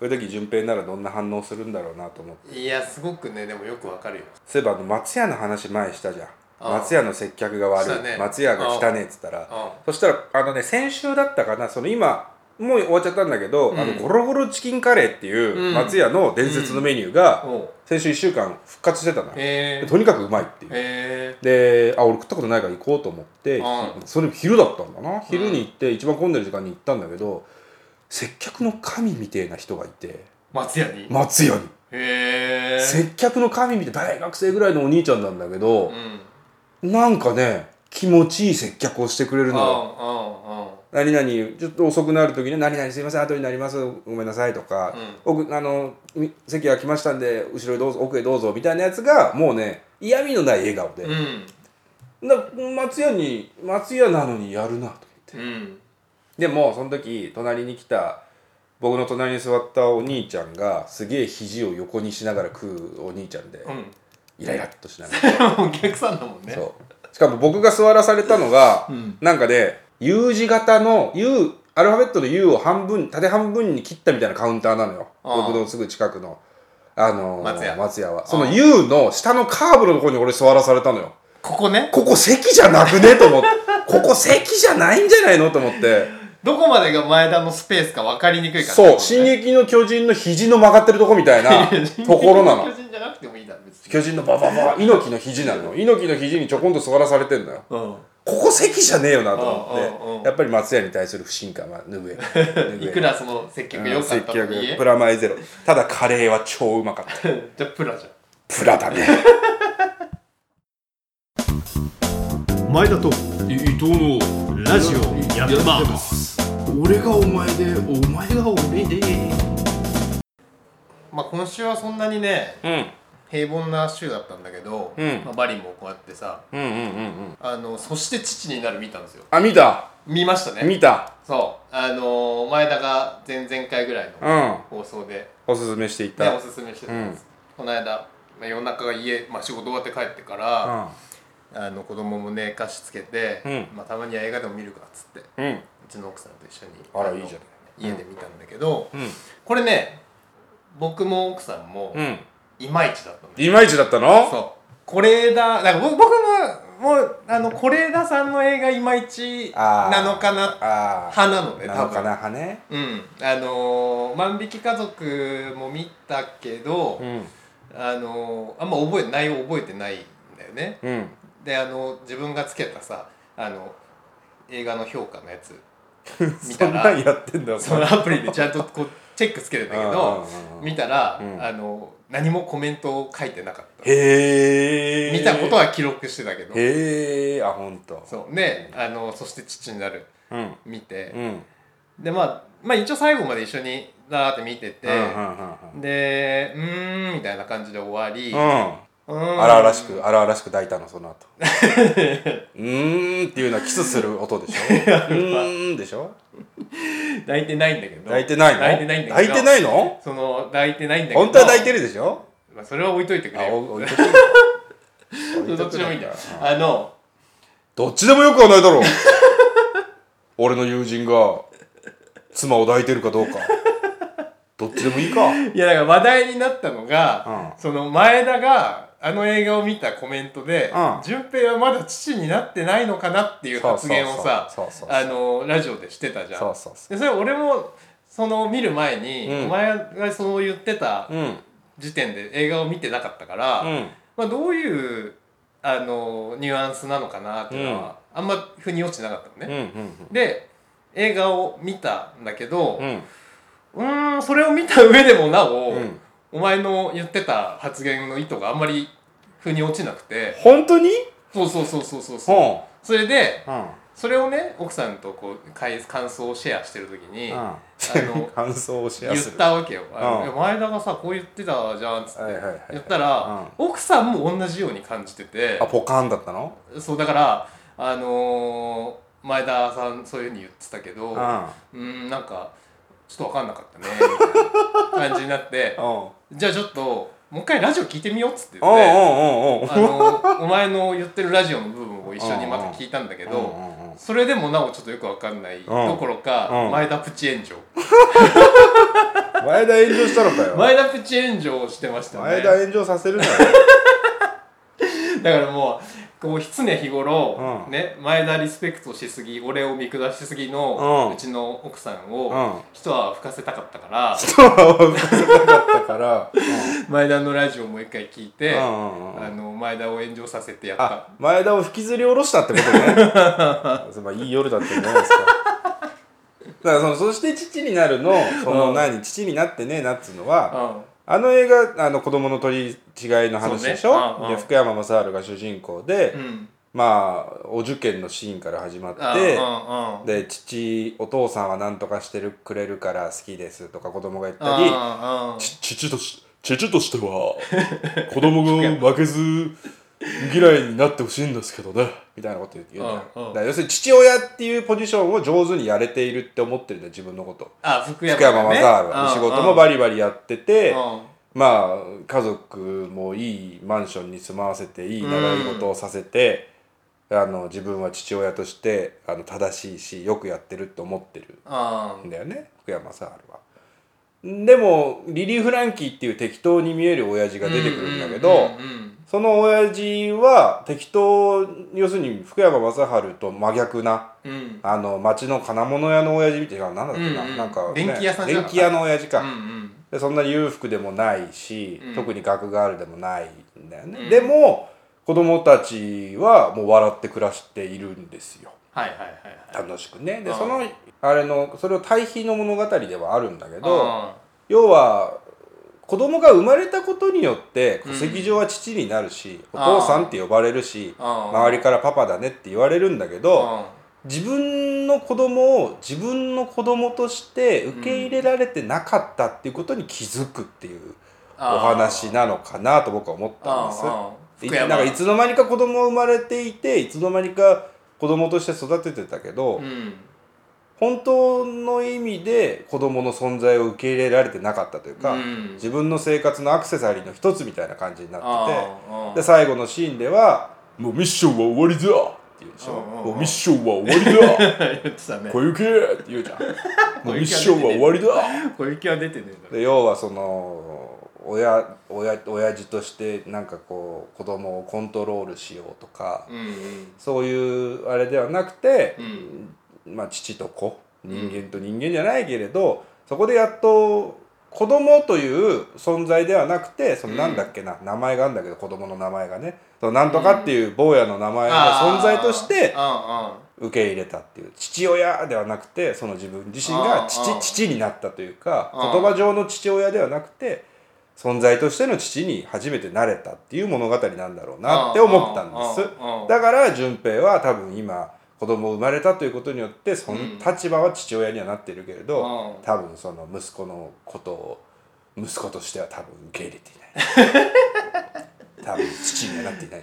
Speaker 1: ういう時順平ならどんな反応するんだろうなと思って
Speaker 2: んいやすごくねでもよくわかるよ
Speaker 1: そういえばあの松屋の話前したじゃん
Speaker 2: ああ
Speaker 1: 松屋の接客が悪
Speaker 2: そう
Speaker 1: い、
Speaker 2: だね
Speaker 1: 松屋が汚ねえっつったら
Speaker 2: あ
Speaker 1: そしたらあのね先週だったかなその今もう終わっちゃったんだけど、
Speaker 2: うん
Speaker 1: あのゴロゴロチキンカレーっていう
Speaker 2: うん
Speaker 1: 松屋の伝説のメニュー
Speaker 2: あ
Speaker 1: が
Speaker 2: おう
Speaker 1: 先週1週間復活してたのよ、
Speaker 2: へえ
Speaker 1: とにかくうまいっていう
Speaker 2: へえ
Speaker 1: であ俺食ったことないから行こうと思って、
Speaker 2: う
Speaker 1: それ昼だったんだな昼に行って、一番混んでる時間に行ったんだけど接客の神みてえな人がいて
Speaker 2: 松屋にへ
Speaker 1: 松屋に、
Speaker 2: え
Speaker 1: 接客の神みてえ大学生ぐらいのお兄ちゃんなんだけ
Speaker 2: う
Speaker 1: ど、
Speaker 2: ん
Speaker 1: なんかね気持ちいい接客をしてくれるのよ。
Speaker 2: う
Speaker 1: 何々ちょっと遅くなる時に「何々すいません後になりますごめんなさい」とか「奥あのみ席が来ましたんで後ろへどうぞ奥へどうぞ」みたいなやつがもうね嫌味のない笑顔で
Speaker 2: んうんうんうん
Speaker 1: だ松屋に松屋なのにやるなと思って
Speaker 2: うん
Speaker 1: でもその時隣に来た僕の隣に座ったお兄ちゃんがすげえ肘を横にしながら食うお兄ちゃんで、
Speaker 2: うん
Speaker 1: イライラっとしながら、
Speaker 2: お客さんだもんね
Speaker 1: そうしかも僕が座らされたのが、
Speaker 2: うん
Speaker 1: なんかで U 字型の U アルファベットの U を半分縦半分に切ったみたいなカウンターなのよ
Speaker 2: ああ
Speaker 1: 僕のすぐ近くの、あのー
Speaker 2: 松屋
Speaker 1: は
Speaker 2: あ
Speaker 1: その U の下のカーブのところに俺座らされたのよ
Speaker 2: ここね
Speaker 1: ここ席じゃなくねと 思ってここ席じゃないんじゃないのと思って
Speaker 2: どこまでが前田のスペースか分かりにくいから
Speaker 1: そう「進撃の巨人」の肘の曲がってるとこみたい なところなの
Speaker 2: 巨人じゃなくてもいいだろ別に
Speaker 1: 巨人のババババ猪木の肘なの猪木の肘にちょこんと座らされてんのよ
Speaker 2: うん
Speaker 1: ここ席じゃねえよなと思
Speaker 2: うんう
Speaker 1: っ
Speaker 2: んうん
Speaker 1: てやっぱり松屋に対する不信感は拭え拭え
Speaker 2: いくらその接客良かったとはい
Speaker 1: 接
Speaker 2: え
Speaker 1: 客プラマイゼロただカレーは超うまかった
Speaker 2: じゃあプラじゃん
Speaker 1: プラだね
Speaker 3: 前田と伊藤のラジオやってます俺がお前でお前が俺で
Speaker 2: まあ今週はそんなにね
Speaker 1: うん
Speaker 2: 平凡な週だったんだけど、
Speaker 1: うん
Speaker 2: まあ、バリもこうやってさ
Speaker 1: うんうんうんうん
Speaker 2: あのそして父になる見たんですよ
Speaker 1: あ見た
Speaker 2: 見ましたね
Speaker 1: 見た
Speaker 2: そうあのー前田が前々回ぐらいの
Speaker 1: うん
Speaker 2: 放送で、
Speaker 1: おすすめしてい
Speaker 2: ね、
Speaker 1: た
Speaker 2: おすすめしてたんです、この間、まあ、夜中が家、まあ、仕事終わって帰ってから、
Speaker 1: うん
Speaker 2: あの子供も寝かしつけて、
Speaker 1: うん
Speaker 2: まあ、たまには映画でも見るかっつって
Speaker 1: うん
Speaker 2: ちの奥さんと一緒に
Speaker 1: あら
Speaker 2: の
Speaker 1: いいじゃ
Speaker 2: 家で見たんだけど、
Speaker 1: うん
Speaker 2: これね僕も奥さんも
Speaker 1: うん
Speaker 2: いまいちだったんです
Speaker 1: いまいちだったの
Speaker 2: そう是枝なんか僕僕ももうあの是枝さんの映画いまいち
Speaker 1: あー
Speaker 2: なのかな
Speaker 1: ああ
Speaker 2: 派なのね
Speaker 1: な
Speaker 2: 多
Speaker 1: のか
Speaker 2: 分
Speaker 1: なはね
Speaker 2: うんあのー万引き家族」も見たけど、
Speaker 1: ん
Speaker 2: あのーあんま覚え内容覚えてないんだよね
Speaker 1: うん
Speaker 2: であの自分がつけたさあの映画の評価のやつ見たら
Speaker 1: そんなんやってんだ
Speaker 2: そのアプリでちゃんと こうチェックつけるんだけど
Speaker 1: うんうんうん
Speaker 2: 見たら、
Speaker 1: うん
Speaker 2: あの何もコメントを書いてなかった
Speaker 1: へえ
Speaker 2: 見たことは記録してたけど
Speaker 1: へえあ本当
Speaker 2: そうねあのそして父になる
Speaker 1: うん
Speaker 2: 見て
Speaker 1: う、ん
Speaker 2: でまあまあ一応最後まで一緒にだーって見てて、
Speaker 1: うんうん
Speaker 2: でうーんみたいな感じで終わり、
Speaker 1: うんうん
Speaker 2: うん
Speaker 1: 荒々しく荒々しく抱いたのその後うーんっていうのはキスする音でしょうーんでしょ
Speaker 2: 泣いてないんだけど
Speaker 1: 抱いてないの
Speaker 2: 泣いてないんだけど
Speaker 1: 抱いてないの
Speaker 2: その抱いてないんだけど
Speaker 1: 本当は抱いてるでしょ
Speaker 2: まあ、それは置いといてく
Speaker 1: あ
Speaker 2: れよ
Speaker 1: おおい
Speaker 2: どっちでもいいんだよ
Speaker 1: うん
Speaker 2: あの
Speaker 1: どっちでもよくはないだろう俺の友人が妻を抱いてるかどうかどっちでもいいか
Speaker 2: いやだから話題になったのが、
Speaker 1: うん
Speaker 2: その前田があの映画を見たコメントで
Speaker 1: うん
Speaker 2: 「順、平はまだ父になってないのかな」っていう発言をさ
Speaker 1: そうそうそうそうそう
Speaker 2: あのラジオでしてたじゃん。
Speaker 1: そうそうそ
Speaker 2: でそれ俺もその見る前に、
Speaker 1: うん
Speaker 2: お前がそう言ってた
Speaker 1: ううん
Speaker 2: 時点で映画を見てなかったから、
Speaker 1: うん
Speaker 2: まあ、どういうあのニュアンスなのかなっていうのは、あんま腑に落ちてなかったのね。
Speaker 1: うん
Speaker 2: で映画を見たんだけど
Speaker 1: うんうん
Speaker 2: うーんそれを見た上でもなお、
Speaker 1: うん
Speaker 2: お前の言ってた発言の意図があんまり腑に落ちなくて
Speaker 1: 本当に
Speaker 2: そうそうそうそうそうそう
Speaker 1: ほ
Speaker 2: それで
Speaker 1: ううん
Speaker 2: それをね奥さんとこうかい感想をシェアしてる時に、あの
Speaker 1: 感想をシェ
Speaker 2: 言
Speaker 1: ア
Speaker 2: っ
Speaker 1: する
Speaker 2: たわけよ「あの
Speaker 1: うん
Speaker 2: いや前田がさこう言ってたじゃん」っつって。
Speaker 1: はいはいはい
Speaker 2: 言ったら、奥さんも同じように感じてて
Speaker 1: あポカーンだったの
Speaker 2: そうだからあのー前田さんそういうふうに言ってたけど、
Speaker 1: うん
Speaker 2: うーんなんかちょっと分かんなかったねみたいな感じになって
Speaker 1: お
Speaker 2: じゃあちょっともう一回ラジオ聞いてみようっつって
Speaker 1: う
Speaker 2: 言
Speaker 1: んう
Speaker 2: って
Speaker 1: んうんうん
Speaker 2: あのお前の言ってるラジオの部分を一緒にまた
Speaker 1: うんうん
Speaker 2: 聞いたんだけ
Speaker 1: うん
Speaker 2: ど
Speaker 1: うんうん
Speaker 2: それでもなおちょっとよく分かんないどころ
Speaker 1: う
Speaker 2: か
Speaker 1: ん
Speaker 2: 前田プチ炎上
Speaker 1: 前田炎上したのかよ
Speaker 2: 前田プチ炎上をしてました
Speaker 1: 前
Speaker 2: ね
Speaker 1: 田炎上させるなよ
Speaker 2: だからもうこう常日頃、
Speaker 1: うん
Speaker 2: ね、前田リスペクトしすぎ俺を見下しすぎの
Speaker 1: うん
Speaker 2: うちの奥さん
Speaker 1: う
Speaker 2: を
Speaker 1: ん
Speaker 2: 一泡吹かせたかった から
Speaker 1: 人は分からなかった からうん
Speaker 2: 前田のラジオをもう一回聞いて。
Speaker 1: うんうんうん
Speaker 2: あの前田を炎上させてやった
Speaker 1: あ前田を引きずり下ろしたってことね まあいい夜だったんじゃないですかだからその「そして父になるの」その何、父になってねえなっつうのは、
Speaker 2: うん
Speaker 1: あの映画あの子供の取り違いの話でしょ、
Speaker 2: そうねうんうん
Speaker 1: で福山雅治が主人公で、
Speaker 2: うん
Speaker 1: まあお受験のシーンから始ま
Speaker 2: あ
Speaker 1: って、
Speaker 2: うんうん
Speaker 1: で父お父さんは何とかしてるくれるから好きですとか子供が言ったり
Speaker 2: うんうん
Speaker 1: ち父とし父としては 子供が負けず嫌いになってほしいんですけどねみたいなこと言う言うじゃんだ
Speaker 2: うんうん
Speaker 1: から要するに父親っていうポジションを上手にやれているって思ってるんだよ自分のこと
Speaker 2: あ福山
Speaker 1: 福山雅治
Speaker 2: が
Speaker 1: は
Speaker 2: ね
Speaker 1: 仕事も
Speaker 2: リ
Speaker 1: バリバリやってて
Speaker 2: う
Speaker 1: まあ家族もいいマンションに住まわせていい習い事をさせて、あの自分は父親としてあの正しいしよくやってるって思ってる
Speaker 2: んうん
Speaker 1: だよね福山雅治は。でもリリー・フランキーっていう適当に見える親父が出てくるんだけど、
Speaker 2: うんうん
Speaker 1: その親父は適当要するに福山雅治と真逆な
Speaker 2: うんうん
Speaker 1: あの町の金物屋の親父みたいななんだっけな,、
Speaker 2: うんうん
Speaker 1: なんか、
Speaker 2: 電気屋さんじ
Speaker 1: 電
Speaker 2: ゃなかった
Speaker 1: 気屋の親父か、
Speaker 2: うんうん
Speaker 1: でそんな裕福でもないし、
Speaker 2: うん
Speaker 1: 特に学があるでもないんだよね、
Speaker 2: うん
Speaker 1: でも子供たちはもう笑って暮らしているんですよ
Speaker 2: はいはいはいはい
Speaker 1: 楽しくねで
Speaker 2: うん
Speaker 1: そのあれのそれを対比の物語ではあるんだけど
Speaker 2: うん
Speaker 1: 要は子供が生まれたことによって戸籍上は父になるし、
Speaker 2: うん
Speaker 1: お父さんって呼ばれるし
Speaker 2: うん
Speaker 1: 周りからパパだねって言われるんだけど
Speaker 2: うん
Speaker 1: 自分の子供を自分の子供として受け入れられてなかったっていうことに気づくっていうお話なのかなと僕は思ったんです。
Speaker 2: うんうん
Speaker 1: い
Speaker 2: 福
Speaker 1: なん
Speaker 2: 山
Speaker 1: かいつの間にか子供が生まれていていつの間にか子供として育ててたけど、
Speaker 2: うん
Speaker 1: 本当の意味で子供の存在を受け入れられてなかったというか、
Speaker 2: うん
Speaker 1: 自分の生活のアクセサリーの一つみたいな感じになってて
Speaker 2: あ
Speaker 1: で最後のシーンでは「もうミッションは終わりだって言うでしょ、
Speaker 2: うんうんうん
Speaker 1: もうミッションは終わりだ
Speaker 2: 言ってたね
Speaker 1: 小雪って言うじゃんもうミッションは終わりだ
Speaker 2: 小雪は出てねえんだ
Speaker 1: で要はその親親親父としてなんかこう子供をコントロールしようとか、
Speaker 2: うんうん
Speaker 1: そういうあれではなくて
Speaker 2: う、ん
Speaker 1: まあ、父と子人間と人間じゃないけれど、そこでやっと子供という存在ではなくてその
Speaker 2: うん
Speaker 1: なんだっけな、名前があるんだけど子供の名前がねそのなんとかっていう坊やの名前の存在として
Speaker 2: あ
Speaker 1: 受け入れたっていう父親ではなくてその自分自身
Speaker 2: あ
Speaker 1: が
Speaker 2: ーあ
Speaker 1: 父
Speaker 2: ー
Speaker 1: 父になったというか
Speaker 2: あー
Speaker 1: 言葉上の父親ではなくて存在としての父に初めてなれたっていう物語なんだろう
Speaker 2: ああああ
Speaker 1: なって思ったんです。
Speaker 2: ああ
Speaker 1: だから順平は多分今子供生まれたということによってその
Speaker 2: うん
Speaker 1: 立場は父親にはなってるけれど、
Speaker 2: うん
Speaker 1: 多分その息子のことを息子としては多分受け入れて いない多分父にはなっていない、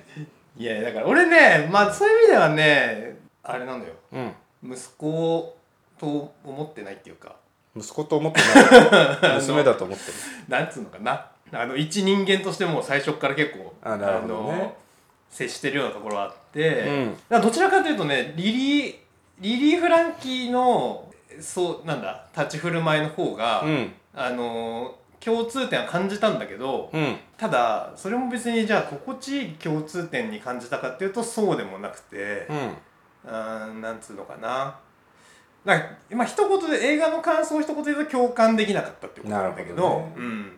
Speaker 2: いやだから俺ねまあそういう意味ではねあれなんだよ
Speaker 1: うん、
Speaker 2: 息子と思ってないっていうか
Speaker 1: 息子と思ってない 娘だと思ってる
Speaker 2: なんつうのかなあの一人間としてもう最初から結構
Speaker 1: あなるほどね
Speaker 2: あの接してるようなところはあって、
Speaker 1: うん
Speaker 2: だからどちらかというとねリリーリリー・フランキーのそうなんだ立ち振る舞いの方が、
Speaker 1: うん
Speaker 2: あの共通点は感じたんだけど、
Speaker 1: うん
Speaker 2: ただそれも別にじゃあ心地いい共通点に感じたかっていうとそうでもなくて、
Speaker 1: うん
Speaker 2: うーん、なんつうのかな。なんか今一言で映画の感想を一言で言うと共感できなかったってことなんだけど
Speaker 1: なるほどね
Speaker 2: うん、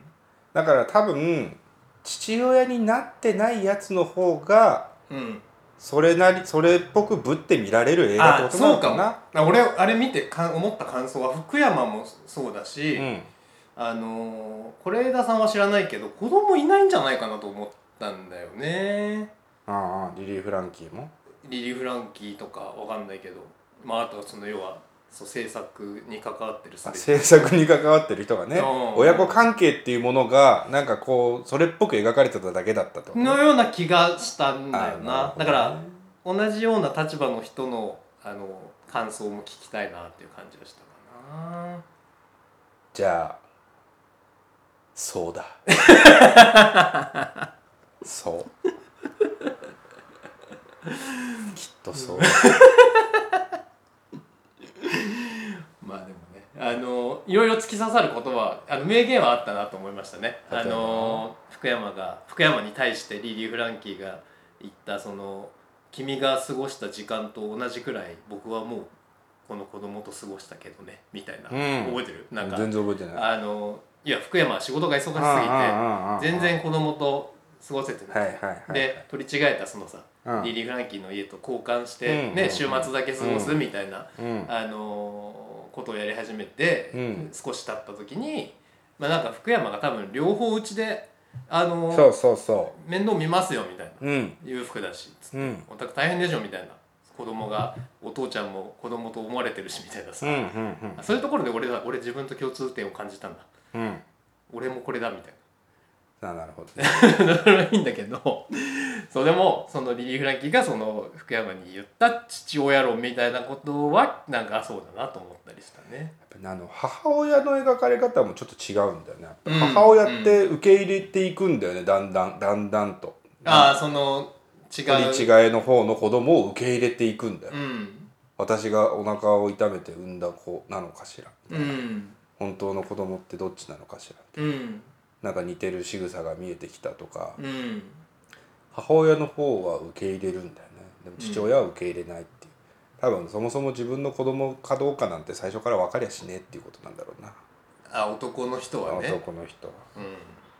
Speaker 1: だから多分父親になってないやつの方が
Speaker 2: うん、
Speaker 1: それなりそれっぽくぶって見られる映画
Speaker 2: あ
Speaker 1: ってことな
Speaker 2: そ
Speaker 1: の
Speaker 2: うか
Speaker 1: か
Speaker 2: も
Speaker 1: な
Speaker 2: あ俺あれ見てか思った感想は福山もそうだし、
Speaker 1: うん
Speaker 2: あのー是枝さんは知らないけど子供いないんじゃないかなと思ったんだよね
Speaker 1: ああリリー・フランキーも
Speaker 2: リリー・フランキーとかわかんないけどまああとはその要はそう制作に関わってる全て
Speaker 1: 制作に関わってる人がね
Speaker 2: うん
Speaker 1: 親子関係っていうものがなんかこうそれっぽく描かれてただけだったってこと
Speaker 2: のような気がしたんだ
Speaker 1: あなるほ
Speaker 2: よな
Speaker 1: どね
Speaker 2: だから同じような立場の人のあの感想も聞きたいなっていう感じがしたかな
Speaker 1: じゃあそう だそうきっとそう
Speaker 2: まあでもねあのいろいろ突き刺さる言葉あの名言はあったなと思いましたね
Speaker 1: 例えば
Speaker 2: あの福山が福山に対してリリー・フランキーが言ったその君が過ごした時間と同じくらい僕はもうこの子供と過ごしたけどねみたいな、
Speaker 1: うん
Speaker 2: 覚えてるなんか
Speaker 1: 全然覚えてない
Speaker 2: あのいや福山は仕事が忙しすぎて
Speaker 1: ああああああ
Speaker 2: 全然子供と過ごせてない,、
Speaker 1: はいはいはい
Speaker 2: で取り違えたそのさ、
Speaker 1: うん
Speaker 2: リリー・フランキーの家と交換して、
Speaker 1: うんうんう
Speaker 2: ね
Speaker 1: ん
Speaker 2: 週末だけ過ごすみたいな、
Speaker 1: うん
Speaker 2: あのーことをやり始めて、
Speaker 1: うん
Speaker 2: 少し経った時に、まあ、なんか福山が多分両方うちで、あのー
Speaker 1: そうそうそ
Speaker 2: 面倒見ますよみたいな
Speaker 1: ううん
Speaker 2: 裕福だしつって
Speaker 1: うん
Speaker 2: お宅大変でしょみたいな子供がお父ちゃんも子供と思われてるしみたいな
Speaker 1: う
Speaker 2: さ、
Speaker 1: んうんうん
Speaker 2: そういうところで俺ら俺自分と共通点を感じたんだ
Speaker 1: うん
Speaker 2: 俺もこれだみたいな。
Speaker 1: あなるほ どね
Speaker 2: だからいいんだけどそうでもそのリリー・フランキーがその福山に言った父親論みたいなことはなんかそうだなと思ったりしたね。
Speaker 1: あの母親の描かれ方もちょっと違うんだよね、やっぱ
Speaker 2: うん
Speaker 1: 母親って受け入れていくんだよね、だんだんだんだんと
Speaker 2: ああその違
Speaker 1: 取
Speaker 2: う
Speaker 1: り違いの方の子供を受け入れていくんだよ、
Speaker 2: うん
Speaker 1: 私がお腹を痛めて産んだ子なのかしら
Speaker 2: うん
Speaker 1: 本当の子供ってどっちなのかしら
Speaker 2: うん
Speaker 1: なんか似てる仕草が見えてきたとか、
Speaker 2: うん
Speaker 1: 母親の方は受け入れるんだよねでも父親は受け入れないっていう、多分そもそも自分の子供かどうかなんて最初から分かりゃしねえっていうことなんだろうな、
Speaker 2: あ男の人はね
Speaker 1: 男の人は
Speaker 2: うん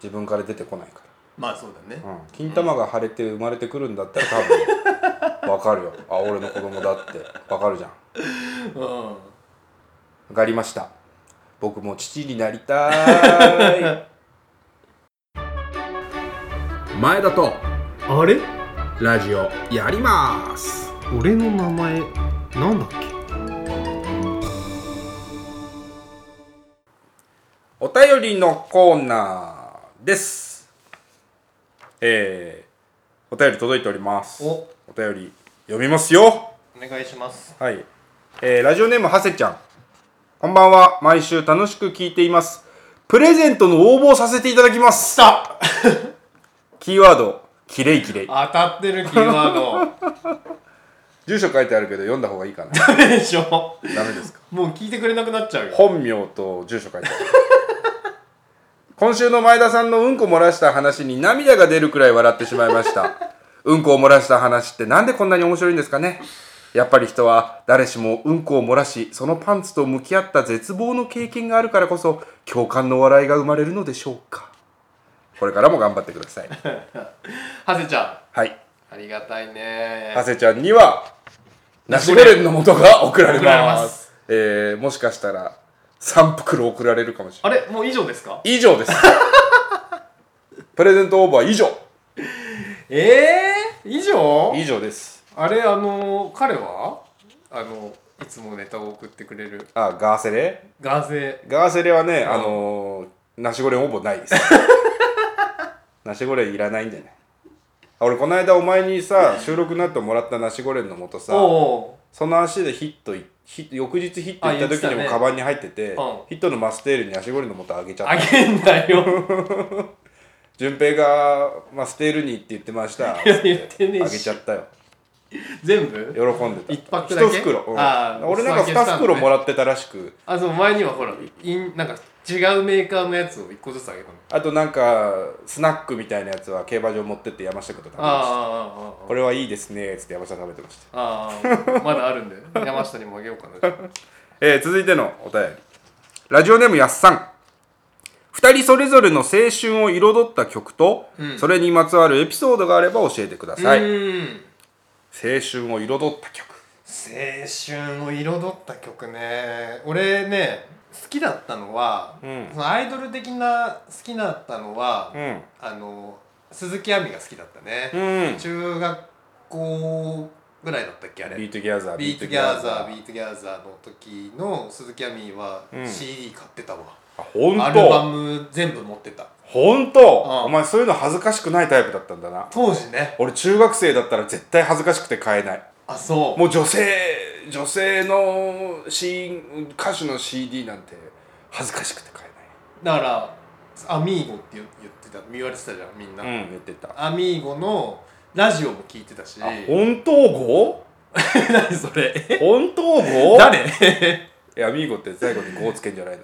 Speaker 1: 自分から出てこないから
Speaker 2: まあそうだね、
Speaker 1: うん金玉が腫れて生まれてくるんだったら多分わかるよあ俺の子供だってわかるじゃん
Speaker 2: うん
Speaker 1: わかりました僕も父になりたー い前田と
Speaker 2: あれ
Speaker 1: ラジオやります
Speaker 2: 俺の名前なんだっけ
Speaker 1: お便りのコーナーですえー、お便り届いております
Speaker 2: お
Speaker 1: お便り読みますよ
Speaker 2: お願いします
Speaker 1: はい、えーラジオネームはせちゃんこんばんは毎週楽しく聞いていますプレゼントの応募をさせていただきます
Speaker 2: た
Speaker 1: キーワードキレイキレイ
Speaker 2: 当たってるキーワード
Speaker 1: 住所書いてあるけど読んだ方がいいかな
Speaker 2: ダメでしょ
Speaker 1: ダメですか
Speaker 2: もう聞いてくれなくなっちゃうよ
Speaker 1: 本名と住所書いてある今週の前田さんのうんこ漏らした話に涙が出るくらい笑ってしまいましたうんこを漏らした話ってなんでこんなに面白いんですかねやっぱり人は誰しもうんこを漏らしそのパンツと向き合った絶望の経験があるからこそ共感の笑いが生まれるのでしょうかこれからも頑張ってください
Speaker 2: ハセちゃ
Speaker 1: はい
Speaker 2: んありがたいね
Speaker 1: ハセちゃんにはナシゴレンの元が送られ
Speaker 2: 送られ
Speaker 1: ま
Speaker 2: ますす
Speaker 1: えーもしかしたら3袋送られるかもしれない
Speaker 2: あれもう以上ですか
Speaker 1: 以 上ですプレゼント応募は以上
Speaker 2: ええ以上
Speaker 1: 以上です
Speaker 2: あれあの彼はあのいつもネタを送ってくれる
Speaker 1: あガーセレ
Speaker 2: ガーゼ
Speaker 1: ガーセレはね、
Speaker 2: ん
Speaker 1: あのー、ナシゴレン応募ない ですナシゴレンいらないんじゃないあ俺この間お前にさ収録になってもらったナシゴレンのもとさ
Speaker 2: お
Speaker 1: その足でヒットいヒット翌日ヒット行った時
Speaker 2: あ言ってた
Speaker 1: に
Speaker 2: ね
Speaker 1: もカバンに入ってて
Speaker 2: ん
Speaker 1: ヒットのマステールにナシゴレンのもとあげちゃ
Speaker 2: あ
Speaker 1: った
Speaker 2: げん だよ
Speaker 1: 順平がマステールにって言ってました
Speaker 2: いや言ってねえし
Speaker 1: あげちゃったよ
Speaker 2: 全部
Speaker 1: 喜んでた
Speaker 2: 一パックだけ
Speaker 1: 一袋、うん
Speaker 2: あー
Speaker 1: 俺なんか
Speaker 2: そう開けて
Speaker 1: 二
Speaker 2: たんだね
Speaker 1: 袋もらってたらしく
Speaker 2: あそう前にはほらいんなんか違うメーカーのやつを一個ずつあげたの
Speaker 1: あとなんかスナックみたいなやつは競馬場持ってって山下君と食べました
Speaker 2: あ
Speaker 1: これはいいですねっつって山下食べてました、
Speaker 2: あああああまだあるんで 山下にもあげようかな
Speaker 1: えー続いてのお便りラジオネームやっさん2人それぞれの青春を彩った曲と、それにまつわるエピソードがあれば教えてください、
Speaker 2: う
Speaker 1: 青
Speaker 2: ーん
Speaker 1: 春を彩った曲
Speaker 2: 青春を彩った曲ね俺ね好きだったのは、
Speaker 1: ん
Speaker 2: そのアイドル的な好きだったのは、
Speaker 1: ん
Speaker 2: あの鈴木亜美が好きだったね、
Speaker 1: うん
Speaker 2: 中学校ぐらいだったっけあれ
Speaker 1: ビートギャザー
Speaker 2: ビートギャーザービ
Speaker 1: ー
Speaker 2: ートギャーザーの時の鈴木亜美は
Speaker 1: うん
Speaker 2: CD 買ってたわ、
Speaker 1: あ本
Speaker 2: アルバ
Speaker 1: 当
Speaker 2: ム全部持ってた
Speaker 1: 本当
Speaker 2: ああ
Speaker 1: お前そういうの恥ずかしくないタイプだったんだな
Speaker 2: 当時ね
Speaker 1: 俺中学生だったら絶対恥ずかしくて買えない
Speaker 2: あそう
Speaker 1: もう女性女性のシーン歌手の CD なんて恥ずかしくて買
Speaker 2: だからアミーゴって言言ってた言われてたじゃんみんな、
Speaker 1: えないうん言ってた
Speaker 2: アミーゴのラジオも聞いてたし
Speaker 1: あ本当語
Speaker 2: 何 それ
Speaker 1: 本当語
Speaker 2: 誰
Speaker 1: いやアミーゴって最後に「語」つけんじゃないの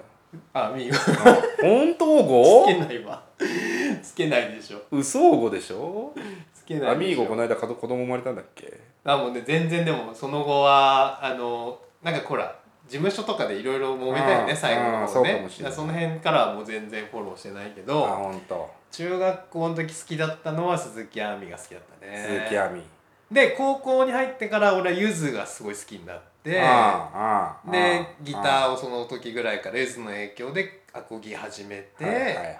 Speaker 2: アミー
Speaker 1: あ本当
Speaker 2: ゴ
Speaker 1: 語
Speaker 2: つけないわつけないでしょ
Speaker 1: 嘘語でしょ
Speaker 2: つけないでしょ
Speaker 1: アミーゴこの間かど子供生まれたんだっけ
Speaker 2: あもうね全然でもその後はあのなんかほら事務所とかでいろいろ揉めたよ
Speaker 1: う
Speaker 2: ね
Speaker 1: ん
Speaker 2: 最後の
Speaker 1: うんそ
Speaker 2: 方
Speaker 1: う
Speaker 2: ね
Speaker 1: かもしれない
Speaker 2: だからその辺からはもう全然フォローしてないけ
Speaker 1: あ
Speaker 2: ど
Speaker 1: 本当
Speaker 2: 中学校の時好きだったのは鈴木亜美が好きだったね
Speaker 1: 鈴木亜美
Speaker 2: で高校に入ってから俺はゆずがすごい好きになって
Speaker 1: ああああ
Speaker 2: でギター
Speaker 1: を
Speaker 2: をその時ぐらいからゆずの影響でアコギ始めて、
Speaker 1: はいはいはいはい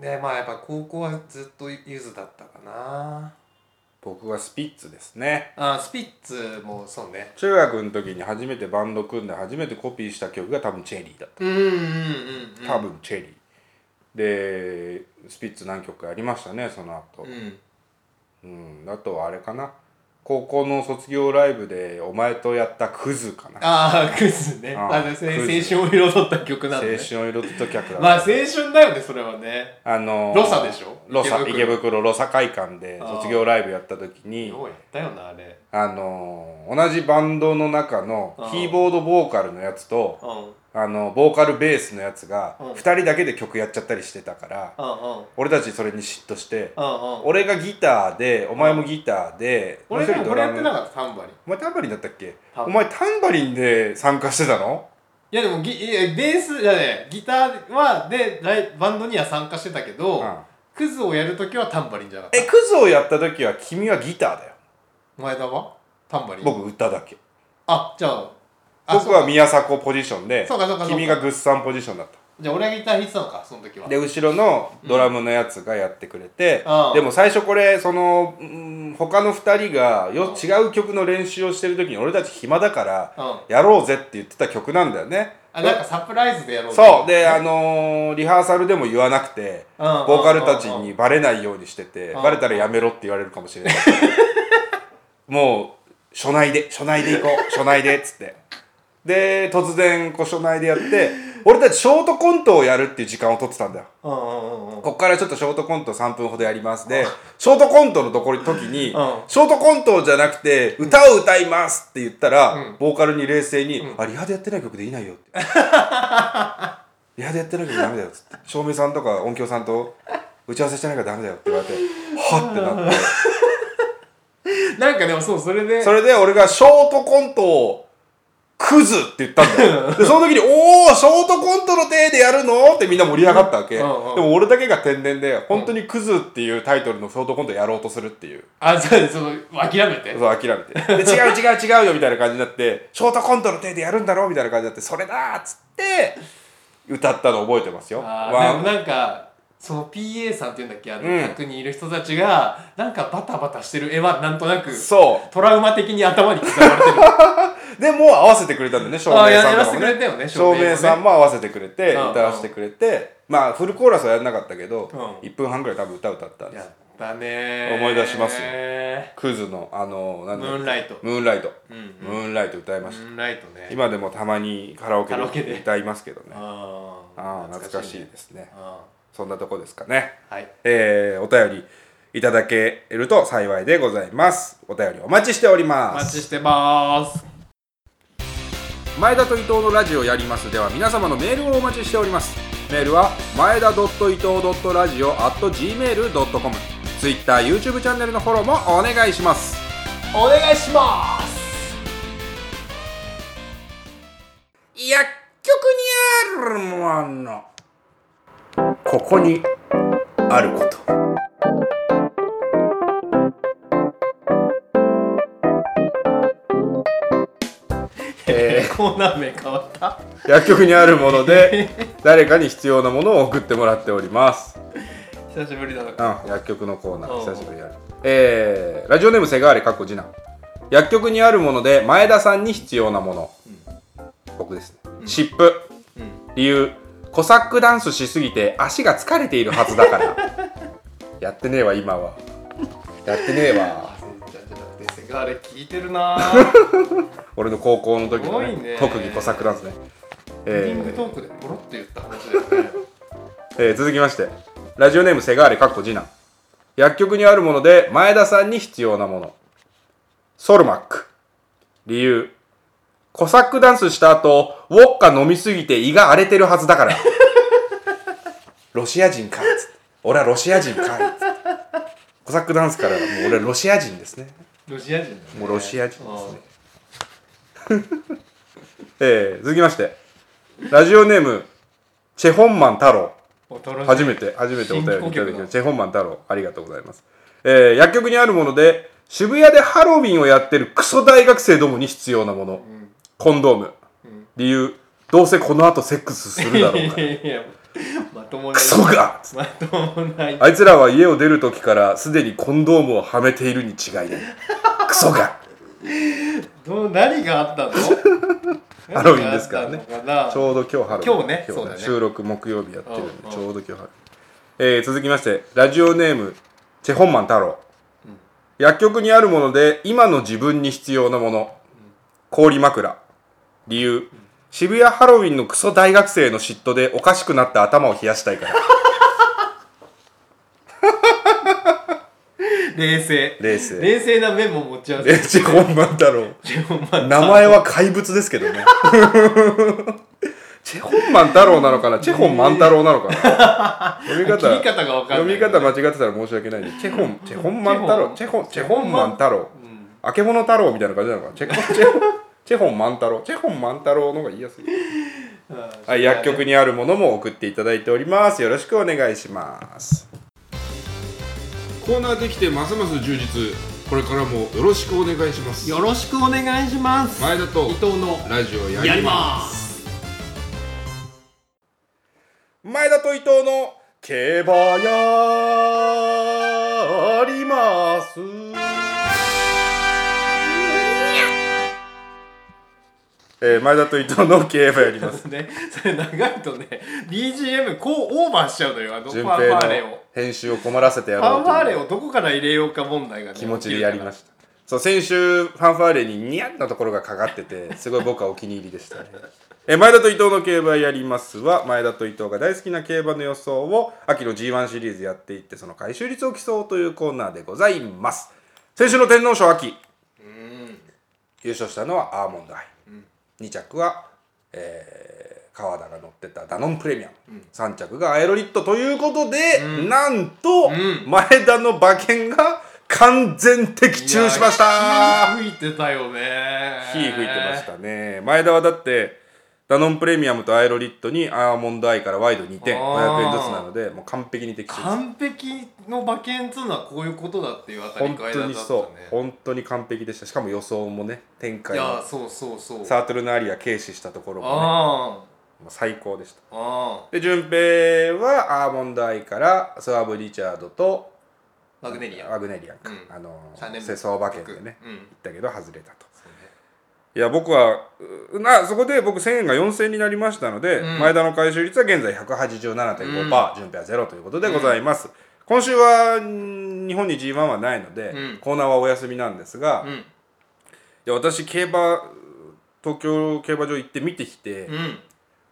Speaker 2: でまあやっぱ高校はずっとゆずだったかな
Speaker 1: 僕はスピッツですね
Speaker 2: あスピッツもそうね
Speaker 1: 中学の時に初めてバンド組んで初めてコピーした曲が多分チェリーだっ
Speaker 2: うんうんうんうん
Speaker 1: た多分チェリー、でスピッツ何曲かやりましたねその後
Speaker 2: うん
Speaker 1: うん、あとはあれかな高校の卒業ライブでお前とやったクズかな
Speaker 2: ああクズね
Speaker 1: あ
Speaker 2: あのせ青
Speaker 1: クズ
Speaker 2: 春を彩った曲な
Speaker 1: 青
Speaker 2: んで、
Speaker 1: 春を
Speaker 2: ね、
Speaker 1: 彩った曲だ、
Speaker 2: まあ青春だよねそれはね
Speaker 1: あのー
Speaker 2: ロサでしょ
Speaker 1: ロサ
Speaker 2: 池
Speaker 1: 池
Speaker 2: 袋
Speaker 1: 袋ロサ会館で卒業ライブやった時に
Speaker 2: ようやったよなあれ
Speaker 1: あのー同じバンドの中の
Speaker 2: あー
Speaker 1: キーボードボーカルのやつと
Speaker 2: うんうんうん
Speaker 1: あのボーカルベースのやつが
Speaker 2: うん
Speaker 1: 2人だけで曲やっちゃったりしてたから、
Speaker 2: うん
Speaker 1: 俺たちそれに嫉妬して、
Speaker 2: うんうん
Speaker 1: 俺がギターでお前もギターで、
Speaker 2: 俺でもこれやってな
Speaker 1: か
Speaker 2: かったタンバリンい
Speaker 1: お前タンバリンだったっけ
Speaker 2: タン
Speaker 1: お前タンバリンで参加してたの
Speaker 2: やでもギいやベースじゃねギターはでライバンドには参加してたけど、
Speaker 1: うん
Speaker 2: クズをやるときはタンバリンじゃなかった
Speaker 1: えクズをやった時は君はギターだよ
Speaker 2: 前田はタンバリン
Speaker 1: 僕歌だけ
Speaker 2: あじゃああ
Speaker 1: 僕は宮迫ポジションで
Speaker 2: そうかそうかそうか
Speaker 1: 君がグッサンポジションだった
Speaker 2: じゃあ俺がギター弾いてたのかその時は
Speaker 1: で後ろのドラムのやつがやってくれて、
Speaker 2: うん
Speaker 1: でも最初これその、うん他の2人がよ違う曲の練習をしてる時に俺たち暇だから、
Speaker 2: う
Speaker 1: やろうぜって言ってた曲なんだよね
Speaker 2: あなんかサプライズでやろう
Speaker 1: そうであのーリハーサルでも言わなくて
Speaker 2: うん
Speaker 1: ボーカルたちにバレないようにしてて
Speaker 2: うん
Speaker 1: バレたらやめろって言われるかもし れない もう初内で初内で行こう初内でっつってで突然こう所内でやって俺たちショートコントをやるっていう時間を取ってたんだよ
Speaker 2: うんうんうん
Speaker 1: こっからちょっとショートコント3分ほどやりますでショートコントのところ時に、
Speaker 2: うん
Speaker 1: ショートコントじゃなくて歌を歌いますって言ったら、
Speaker 2: うん
Speaker 1: ボーカルに冷静に「
Speaker 2: うん
Speaker 1: あリハでやってない曲でいないよ」って「リハでやってない曲ダメだよ」っつって照明さんとか音響さんと打ち合わせしてないからダメだよって言われてはってなって
Speaker 2: なんかでもそうそれ で
Speaker 1: それで俺がショートコントをクズって言ったんだ よ。で、その時に、おー、ショートコントの体でやるのってみんな盛り上がったわけ。で
Speaker 2: うんうん
Speaker 1: も俺だけが天然で、本当にクズっていうタイトルのショートコントやろうとするっていう。
Speaker 2: あそうですその諦めて
Speaker 1: そう、諦めて。 で、違う違う違うよみたいな感じになって、ショートコントの体でやるんだろうみたいな感じになって、それだーっつって、歌ったの覚えてますよ。
Speaker 2: あ
Speaker 1: ワ
Speaker 2: ー
Speaker 1: ン
Speaker 2: でもなんかその PA さんっていうんだっけあの
Speaker 1: うん
Speaker 2: 宅にいる人たちがなんかバタバタしてる絵はなんとなく
Speaker 1: そ
Speaker 2: トラウマ的に頭に刻まれてる
Speaker 1: う。で、もう合わせてくれたんだよね、 照明
Speaker 2: あーや
Speaker 1: さん
Speaker 2: や
Speaker 1: と
Speaker 2: ら
Speaker 1: か
Speaker 2: せ
Speaker 1: もね
Speaker 2: てく。れたよね
Speaker 1: 照
Speaker 2: もね
Speaker 1: 明さんも合わせてくれて
Speaker 2: うん
Speaker 1: 歌わせてくれてまあフルコーラスはやんなかったけど
Speaker 2: うん
Speaker 1: 1分半ぐらい多分歌歌ったんで
Speaker 2: や
Speaker 1: す
Speaker 2: ったねー
Speaker 1: 思い出しますよクズのあのなん
Speaker 2: ム
Speaker 1: だっけ
Speaker 2: ーンライト
Speaker 1: ムーンライト
Speaker 2: うんうん
Speaker 1: ムーンライト歌いま
Speaker 2: ム
Speaker 1: し
Speaker 2: ーンライトね
Speaker 1: た今でもたまにカラオケ
Speaker 2: カラオケで
Speaker 1: で歌いますけどね
Speaker 2: あ
Speaker 1: ああ
Speaker 2: ー
Speaker 1: 懐かしい
Speaker 2: ね
Speaker 1: ですね
Speaker 2: あ
Speaker 1: そんなとこですかね
Speaker 2: ーはい
Speaker 1: えーお便りいただけると幸いでございますお便りお待ちしており
Speaker 2: お
Speaker 1: ま
Speaker 2: 待
Speaker 1: す
Speaker 2: ちしてます
Speaker 1: 前田と伊藤のラジオやりますでは皆様のメールをお待ちしておりますメールは前田伊藤ラジオ at gmail.com ツイッター YouTube チャンネルのフォローもお願いします
Speaker 2: お願いします
Speaker 1: 薬局にあるものここにあることえ
Speaker 2: コーナー名変わった
Speaker 1: ー薬局にあるもので誰かに必要なものを送ってもらっております
Speaker 2: 久しぶりだな
Speaker 1: うん、薬局のコーナ
Speaker 2: うん
Speaker 1: ー久しぶりやる、えーラジオネームセガーレかっこ次男薬局にあるもので前田さんに必要なもの、僕ですね湿布、
Speaker 2: うん
Speaker 1: 理由コサックダンスしすぎて足が疲れているはずだから やってねえわ今はやってねえわ
Speaker 2: あそうじゃあじゃあですがあれ聞いてるなー
Speaker 1: 俺の高校の時の、
Speaker 2: すごい
Speaker 1: ね
Speaker 2: ね
Speaker 1: 特技コサックダンスね、
Speaker 2: エンデ
Speaker 1: え
Speaker 2: ィング
Speaker 1: ー
Speaker 2: トークでポロッと言った話だよね
Speaker 1: えー続きましてラジオネームセガーレかっこ次男薬局にあるもので前田さんに必要なものソルマック理由コサックダンスした後ウォッカ飲みすぎて胃が荒れてるはずだからロシア人かっつって俺はロシア人かっつってコサックダンスからもう俺はロシア人ですね
Speaker 2: ロシア人だね
Speaker 1: もうロシア人ですねえー続きましてラジオネームチェホンマン太郎
Speaker 2: あー驚いた
Speaker 1: 初めて初めてお便りいた
Speaker 2: 新
Speaker 1: だ
Speaker 2: 規顧
Speaker 1: きま
Speaker 2: 客の
Speaker 1: したチェ・ホンマン太郎ありがとうございます、えー薬局にあるもので渋谷でハロウィンをやってるクソ大学生どもに必要なもの、コンドーム、理由どうせこの後セックスするだろう か
Speaker 2: いやいやまともな
Speaker 1: クソが
Speaker 2: まともない
Speaker 1: あいつらは家を出る時からすでにコンドームをはめているに違いないクソが
Speaker 2: どう何があったの
Speaker 1: ハロウィンですからね
Speaker 2: 何があったのかな
Speaker 1: ちょうど今日ハロウィン
Speaker 2: 今日ねそうだね
Speaker 1: 収録木曜日やってるん
Speaker 2: うんう
Speaker 1: で
Speaker 2: ん
Speaker 1: ちょうど今日ハロウィン、えー続きましてラジオネームチェホンマン太郎、薬局にあるもので今の自分に必要なもの、氷枕理由、渋谷ハロウィンのクソ大学生の嫉妬でおかしくなった頭を冷やしたいから
Speaker 2: 冷静
Speaker 1: 冷静
Speaker 2: 冷静な面も持ち合わせ
Speaker 1: え
Speaker 2: て
Speaker 1: チェホンマン太郎
Speaker 2: でもまあ
Speaker 1: 名前は怪物ですけど ねチェホンマン太郎なのかなチェホンマン太郎なのかな 読み方
Speaker 2: 切り方が分かんない
Speaker 1: 読み方間違ってたら申し訳ないね。チェホン、チェホンマン太郎、チェホン、チェホンマン太郎。あけぼの太郎みたいな感じなのかな。チェコ、チェホン、チェホンマン太郎、チェホンマン太郎の方が言いやすい。
Speaker 2: は
Speaker 1: はい、薬局にあるものも送っていただいております。よろしくお願いします。
Speaker 3: コーナーできてますます充実これからもよろしくお願いします
Speaker 2: よろしくお願いします
Speaker 3: 前田と
Speaker 2: 伊藤の
Speaker 3: ラジオや
Speaker 2: やり
Speaker 3: ります
Speaker 2: ます
Speaker 1: 前田と伊藤の競馬やります。えー前田と伊藤の競馬やります。
Speaker 2: ね、それ長いとね BGM こうオーバーしちゃうのよあのファ
Speaker 1: 順
Speaker 2: ン
Speaker 1: 平
Speaker 2: ファーレを
Speaker 1: の編集を困らせてや
Speaker 2: ファ
Speaker 1: ろ
Speaker 2: ン
Speaker 1: うと
Speaker 2: ファー
Speaker 1: い
Speaker 2: レ
Speaker 1: う
Speaker 2: をどこから入れようか問題がね
Speaker 1: 気持ちでやりましたそう先週ファンファーレにニヤッなところがかかってて すごい僕はお気に入りでしたねえ前田と伊藤の競馬やりますは前田と伊藤が大好きな競馬の予想を秋の G1 シリーズやっていってその回収率を競うというコーナーでございます先週の天皇賞秋優勝したのはアーモンドアイ、2着は、えー川田が乗ってたダノンプレミアム、3着がアエロリットということで、なんと、前田の馬券が完全的中しました
Speaker 2: いや火吹いてたよね
Speaker 1: 火吹いてましたね前田はだってダノンプレミアムとアイロリットにアーモンドアイからワイド2点
Speaker 2: あ
Speaker 1: 500
Speaker 2: ー
Speaker 1: 円ずつなのでもう完璧に的中です
Speaker 2: 完璧の馬券っつうのはこういうことだっていうあたり
Speaker 1: 本
Speaker 2: かい
Speaker 1: 当
Speaker 2: だっ
Speaker 1: に
Speaker 2: たね
Speaker 1: そう本当に完璧でしたしかも予想もね展
Speaker 2: い
Speaker 1: 開
Speaker 2: や
Speaker 1: も
Speaker 2: そうそうそう
Speaker 1: サートルのアリア軽視したところもね
Speaker 2: あ
Speaker 1: もう最高でした
Speaker 2: ああ
Speaker 1: で順平はアーモンドアイからスワブ・リチャードと
Speaker 2: あワグネリアン
Speaker 1: ワグネリアンか、
Speaker 2: うん
Speaker 1: あの
Speaker 2: 三連
Speaker 1: 世相馬券でね
Speaker 2: うん
Speaker 1: 行ったけど外れたといや僕はうなそこで僕1000円が4000円になりましたので、
Speaker 2: うん
Speaker 1: 前田の回収率は現在187.5%、
Speaker 2: うん
Speaker 1: 順平はゼロということでございます、今週はん日本に G1 はないので、
Speaker 2: うん
Speaker 1: コーナーはお休みなんですが、
Speaker 2: う
Speaker 1: い
Speaker 2: ん
Speaker 1: や私競馬東京競馬場行って見てきて、
Speaker 2: う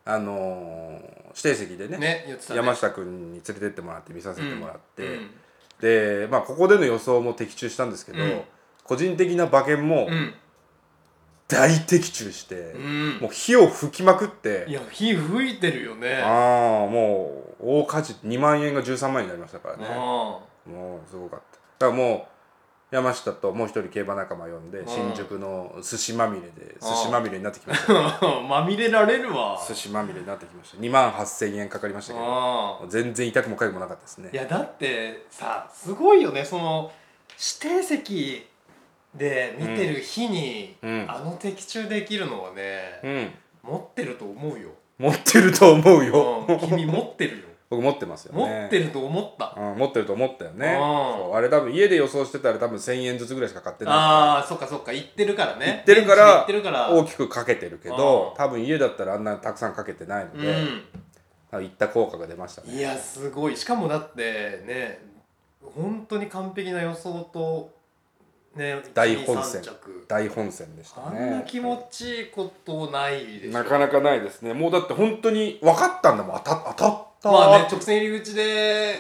Speaker 1: あのー指定席でね
Speaker 2: んね言ってたね
Speaker 1: 山下君に連れてってもらって見させてもらって、
Speaker 2: うん
Speaker 1: で、まあ、ここでの予想も的中したんですけど、
Speaker 2: うん
Speaker 1: 個人的な馬券も
Speaker 2: うん
Speaker 1: 大的中して、
Speaker 2: うん
Speaker 1: もう火を吹きまくって。
Speaker 2: いや火吹いてるよね
Speaker 1: ああもう大火事2万円が13万円になりましたからね
Speaker 2: あ
Speaker 1: もうすごかっただからもう山下ともう一人競馬仲間呼んで
Speaker 2: ん
Speaker 1: 新宿の寿司まみれで寿
Speaker 2: あ
Speaker 1: 司まみれになってきま したよ
Speaker 2: あまみれられるわ
Speaker 1: 寿司まみれになってきました2万8000円かかりましたけど
Speaker 2: ああ
Speaker 1: 全然痛くもかゆくもなかったですね
Speaker 2: いやだってさすごいよねその指定席で見てる日に、
Speaker 1: うん
Speaker 2: あの的中できるのは
Speaker 1: う
Speaker 2: ね、
Speaker 1: ん
Speaker 2: 持ってると思うよ、
Speaker 1: 持ってると思うよ
Speaker 2: うん、君持っ てるよ
Speaker 1: 僕持ってますよね
Speaker 2: 持ってると思った
Speaker 1: うん、持ってると思ったよね
Speaker 2: うん
Speaker 1: そうあれ多分家で予想してたら多分1000円ずつぐらいしか買ってないから
Speaker 2: ああそっかそっか言ってるからね
Speaker 1: 言ってるから
Speaker 2: 現地で言ってるから
Speaker 1: 大きくかけてるけど
Speaker 2: うん
Speaker 1: 多分家だったらあんなたくさんかけてないので、あ言った効果が出ました
Speaker 2: うん、
Speaker 1: ね
Speaker 2: いやすごいしかもだってね本当に完璧な予想とね
Speaker 1: 大本戦
Speaker 2: 1 2 3着
Speaker 1: 大本戦でした
Speaker 2: あ
Speaker 1: ね
Speaker 2: んな気持ちいいことないでしょ
Speaker 1: なかなかないですねもうだって本当に分かったんだもん当た当たった
Speaker 2: まあね直線入り口で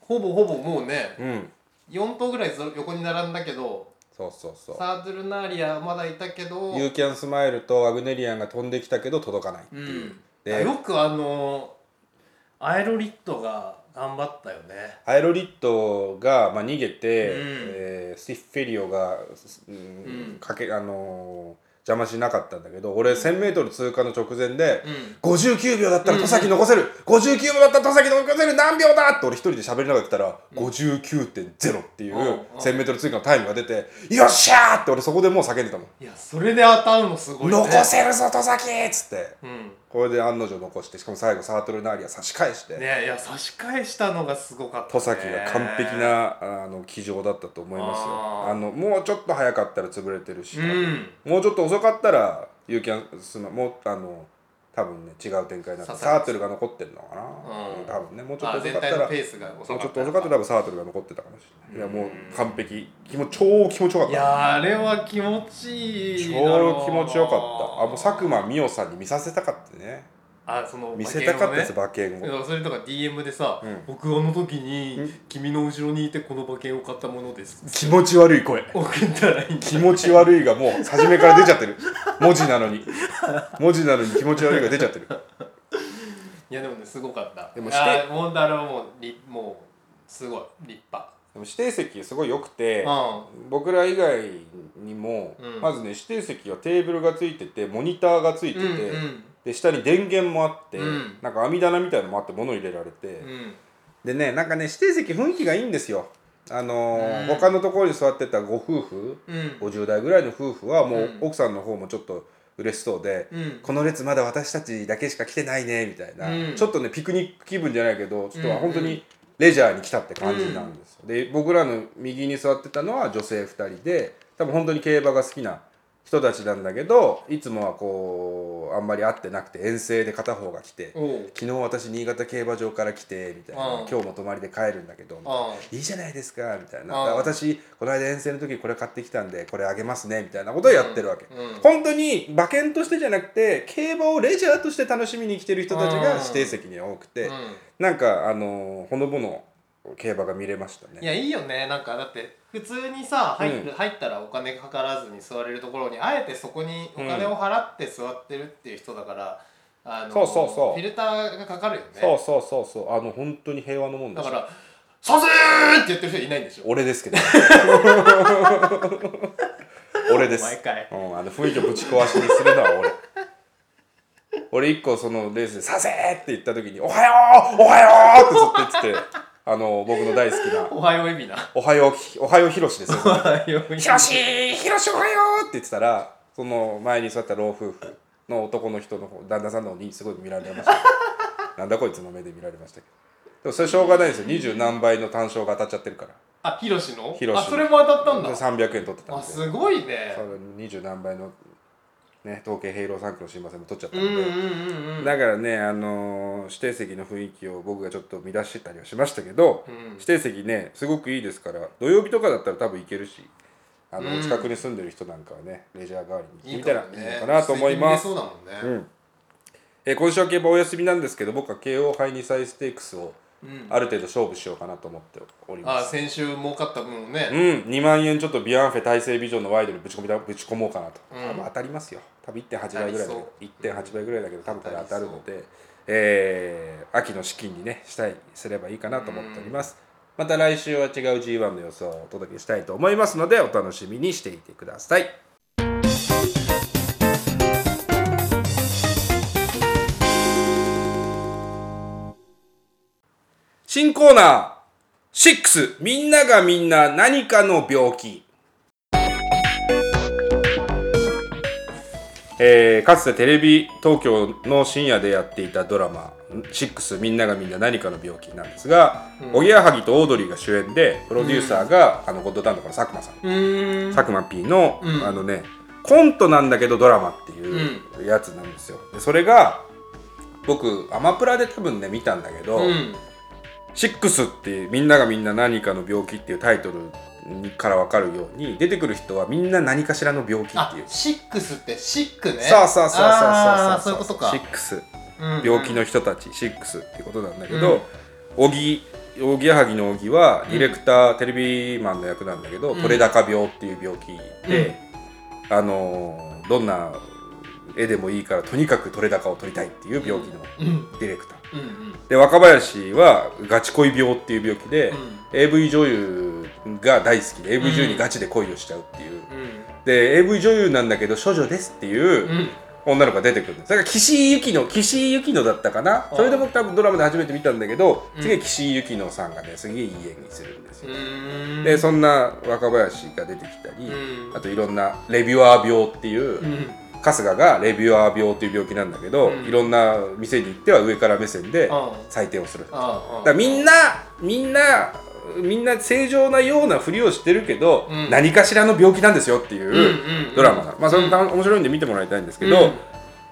Speaker 2: ほぼほぼもうね
Speaker 1: うん
Speaker 2: 4頭ぐらいぞ横に並んだけど
Speaker 1: そうそうそう
Speaker 2: サードゥルナーリアまだいたけど、
Speaker 1: ユーキャンスマイルとアグネリアンが飛んできたけど届かないって
Speaker 2: う
Speaker 1: いう、
Speaker 2: ん、
Speaker 1: で
Speaker 2: よくあのアエロリットが頑張ったよね
Speaker 1: アエロリットが、まあ、逃げて、えースティッフェリオが、うん
Speaker 2: ん
Speaker 1: かけあのー邪魔しなかったんだけど俺 1000m 通過の直前で、
Speaker 2: うん
Speaker 1: 59秒だったら戸崎残せる、59秒だったら戸崎残せる何秒だって俺一人で喋りながら来たら、59.0っていう
Speaker 2: うんうん
Speaker 1: 1000m 追加のタイムが出て、よっしゃーって俺そこでもう叫んでたもん、
Speaker 2: いやそれで当たるのすごいね
Speaker 1: 残せるぞ戸崎っつって
Speaker 2: うん
Speaker 1: これで案の定残してしかも最後サートルナーリア差し返して、
Speaker 2: ねいや差し返したのがすごかった、ね、
Speaker 1: 戸崎が完璧なあの騎乗だったと思いますよ
Speaker 2: あ
Speaker 1: あ
Speaker 2: ー
Speaker 1: のもうちょっと早かったら潰れてるし、
Speaker 2: うん
Speaker 1: もうちょっと遅かったらユーキャンスマもうあの多分ね違う展開になって
Speaker 2: 刺さ
Speaker 1: サ
Speaker 2: れます
Speaker 1: ートルが残ってるのかな、
Speaker 2: うん
Speaker 1: 多分ねもうちょっ
Speaker 2: あ
Speaker 1: と遅
Speaker 2: ー全
Speaker 1: かった
Speaker 2: 体
Speaker 1: ら
Speaker 2: のペースが遅
Speaker 1: もうち
Speaker 2: か
Speaker 1: ょ
Speaker 2: っ
Speaker 1: ったと遅かったら多分サートルが残ってたかもしれないいやもう完璧気持ち超気持ちよかっ
Speaker 2: い
Speaker 1: た
Speaker 2: やあれは気持ちいいだろ
Speaker 1: 超
Speaker 2: う
Speaker 1: 気持ちよかったあもう佐久間美桜さんに見させたかったね
Speaker 2: あその
Speaker 1: 見せたかったです
Speaker 2: 馬
Speaker 1: 馬券を
Speaker 2: 券をねいやそれとか DM でさ、
Speaker 1: うん
Speaker 2: 僕あの時に君の後ろにいてこの馬券を買ったものです
Speaker 1: 気持ち悪い声
Speaker 2: 送ったらいいんだ
Speaker 1: 気持ち悪いがもう初めから出ちゃってる文字なのに文字なのに気持ち悪いが出ちゃってる
Speaker 2: いやでもねすごかった
Speaker 1: でも
Speaker 2: い
Speaker 1: して
Speaker 2: やもうあれはもうりもうすごい立派
Speaker 1: でも指定席すごい良くて
Speaker 2: う
Speaker 1: 僕ら以外にも、
Speaker 2: うん
Speaker 1: まずね指定席はテーブルがついててモニターがついてて、
Speaker 2: んうんうん
Speaker 1: で下に電源もあって、
Speaker 2: うん
Speaker 1: なんか網棚みたいのもあって物入れられて、
Speaker 2: うん
Speaker 1: でねなんかね指定席雰囲気がいいんですよあのー
Speaker 2: うん
Speaker 1: 他のところに座ってたご夫婦
Speaker 2: うん
Speaker 1: 50代ぐらいの夫婦はもう
Speaker 2: うん
Speaker 1: 奥さんの方もちょっと嬉しそうで、
Speaker 2: うん
Speaker 1: この列まだ私たちだけしか来てないねみたいな、
Speaker 2: うん
Speaker 1: ちょっとねピクニック気分じゃないけどちょっと
Speaker 2: うん
Speaker 1: 本当にレジャーに来たって感じなんですよ、で僕らの右に座ってたのは女性2人で多分本当に競馬が好きな人たちなんだけどいつもはこうあんまり会ってなくて遠征で片方が来て
Speaker 2: おう
Speaker 1: 昨日私新潟競馬場から来てみたいな、
Speaker 2: うん
Speaker 1: 今日も泊まりで帰るんだけどみたいな
Speaker 2: あ
Speaker 1: いいじゃないですかみたいな
Speaker 2: うん
Speaker 1: 私この間遠征の時これ買ってきたんでこれあげますねみたいなことをやってるわけ、
Speaker 2: うんうん
Speaker 1: 本当に馬券としてじゃなくて競馬をレジャーとして楽しみに来てる人たちが
Speaker 2: うん
Speaker 1: 指定席に多くて、
Speaker 2: あ、うん
Speaker 1: なんかあのーほのぼの競馬が見れました
Speaker 2: い
Speaker 1: ね
Speaker 2: やいいよねなんかだって普通にさ入る、入ったらお金かからずに座れるところにあえてそこにお金を払って座ってるっていう人だから、あの
Speaker 1: そうそうそう
Speaker 2: フィルターがかかるよね
Speaker 1: そうそうそうそうあの本当に平和のもんで
Speaker 2: だ
Speaker 1: す
Speaker 2: か
Speaker 1: よ
Speaker 2: ら「賛成!」って言ってる人いないんでしょ
Speaker 1: 俺 ですけど俺です
Speaker 2: 毎回
Speaker 1: うん、あの雰囲気をぶち壊しにするのは俺俺一個そのレースで「させ!」って言った時に「おはようおはよう!」ってずっと言っててあの僕の大好きな
Speaker 2: おはよう意味な
Speaker 1: 「おはようひおはようひろし」ですよ
Speaker 2: おはよう
Speaker 1: 「
Speaker 2: 意味
Speaker 1: ひろしひろしおはよう!」って言ってたらその前に座った老夫婦の男の人の方旦那さんの方にすごい見られましたけ どなんだこいつの目で見られましたけどでもそれしょうがないですよ二十何倍の単勝が当たっちゃってるから
Speaker 2: あひろしの
Speaker 1: ひろし
Speaker 2: あそれも当たったんだ
Speaker 1: 300円取ってたん
Speaker 2: あ
Speaker 1: です
Speaker 2: ごいね
Speaker 1: その二十何倍のね統計ヘイロー3区の新馬戦も取っちゃった
Speaker 2: うんんう
Speaker 1: で、
Speaker 2: んうん うん
Speaker 1: だからねあのー指定席の雰囲気を僕がちょっと乱してたりはしましたけど、
Speaker 2: うん
Speaker 1: 指定席ねすごくいいですから土曜日とかだったら多分行けるしあの、
Speaker 2: うん
Speaker 1: お近くに住んでる人なんかはねレジャー代わりに
Speaker 2: い
Speaker 1: 行
Speaker 2: い
Speaker 1: ってみた
Speaker 2: からら
Speaker 1: い
Speaker 2: ね
Speaker 1: いのかなと思います
Speaker 2: 素敵に見れそうだもんね、
Speaker 1: うんえー今週は競馬お休みなんですけど僕は慶応杯2歳ステークスを
Speaker 2: うん
Speaker 1: ある程度勝負しようかなと思っておりま
Speaker 2: あ
Speaker 1: す、
Speaker 2: 先週儲かった分をね、
Speaker 1: うん、2万円ちょっとビアンフェ大成ビジョンのワイドにぶち込みたぶち込もうかなと、
Speaker 2: うん
Speaker 1: 多分当たりますよ多分1.8倍ぐらいだけど
Speaker 2: 当
Speaker 1: 1.8倍ぐらいだけど多分これ当たるので、えー秋の資金にねしたいすればいいかなと思っております、また来週は違う G1 の予想をお届けしたいと思いますのでお楽しみにしていてください新コーナー6みんながみんな何かの病気えーかつてテレビ東京の深夜でやっていたドラマ「6みんながみんな何かの病気」なんですが
Speaker 2: うん
Speaker 1: おぎやはぎとオードリーが主演でプロデューサーが、あのゴッドタンとかの佐久間さん
Speaker 2: うーん
Speaker 1: 佐久間 P の、
Speaker 2: うん
Speaker 1: あのねコントなんだけどドラマっていうやつなんですよ。でそれが僕アマプラで多分ね見たんだけど、
Speaker 2: うん
Speaker 1: シックスっていうみんながみんな何かの病気っていうタイトルから分かるように出てくる人はみんな何かしらの病気っ
Speaker 2: あ
Speaker 1: ていう。
Speaker 2: シックスってシックね
Speaker 1: そうそうそうそう
Speaker 2: あ
Speaker 1: そ
Speaker 2: ー
Speaker 1: う
Speaker 2: そういうことか
Speaker 1: シックス
Speaker 2: うんうん
Speaker 1: 病気の人たち、シックスってことなんだけど、小木おぎやはぎの小木はディレクター、テレビマンの役なんだけど、
Speaker 2: うん
Speaker 1: 取れ高病っていう病気で、あのーどんな絵でもいいからとにかく取れ高を取りたいっていう病気の
Speaker 2: うんうん
Speaker 1: ディレクター、
Speaker 2: うん
Speaker 1: で若林はガチ恋病っていう病気で、
Speaker 2: うん
Speaker 1: AV 女優が大好きで AV 女優
Speaker 2: う
Speaker 1: に
Speaker 2: ん
Speaker 1: ガチで恋をしちゃうっていう、
Speaker 2: う
Speaker 1: で AV 女優なんだけど処女ですっていうん
Speaker 2: うん
Speaker 1: 女の子が出てくるんですだから岸井ゆきの岸井ゆきのだったかな
Speaker 2: あー
Speaker 1: それで僕多分ドラマで初めて見たんだけど
Speaker 2: うん
Speaker 1: 次は岸井ゆきのさんがねすげえいい演技するんです
Speaker 2: う
Speaker 1: よ、
Speaker 2: ーん
Speaker 1: でそんな若林が出てきたり、
Speaker 2: うん
Speaker 1: あといろんなレビュアー病っていう、
Speaker 2: うん
Speaker 1: 春日がレビュアー病っていう病気なんだけど、
Speaker 2: うん
Speaker 1: いろんな店に行っては上から目線で
Speaker 2: あ
Speaker 1: 採点をする
Speaker 2: あああ
Speaker 1: だからみんなみんなみんな正常なようなふりをしてるけど、
Speaker 2: うん
Speaker 1: 何かしらの病気なんですよってい
Speaker 2: うんう
Speaker 1: ううん
Speaker 2: うん
Speaker 1: ドラマなの、まあそれもた面白いんで見てもらいたいんですけど、
Speaker 2: うん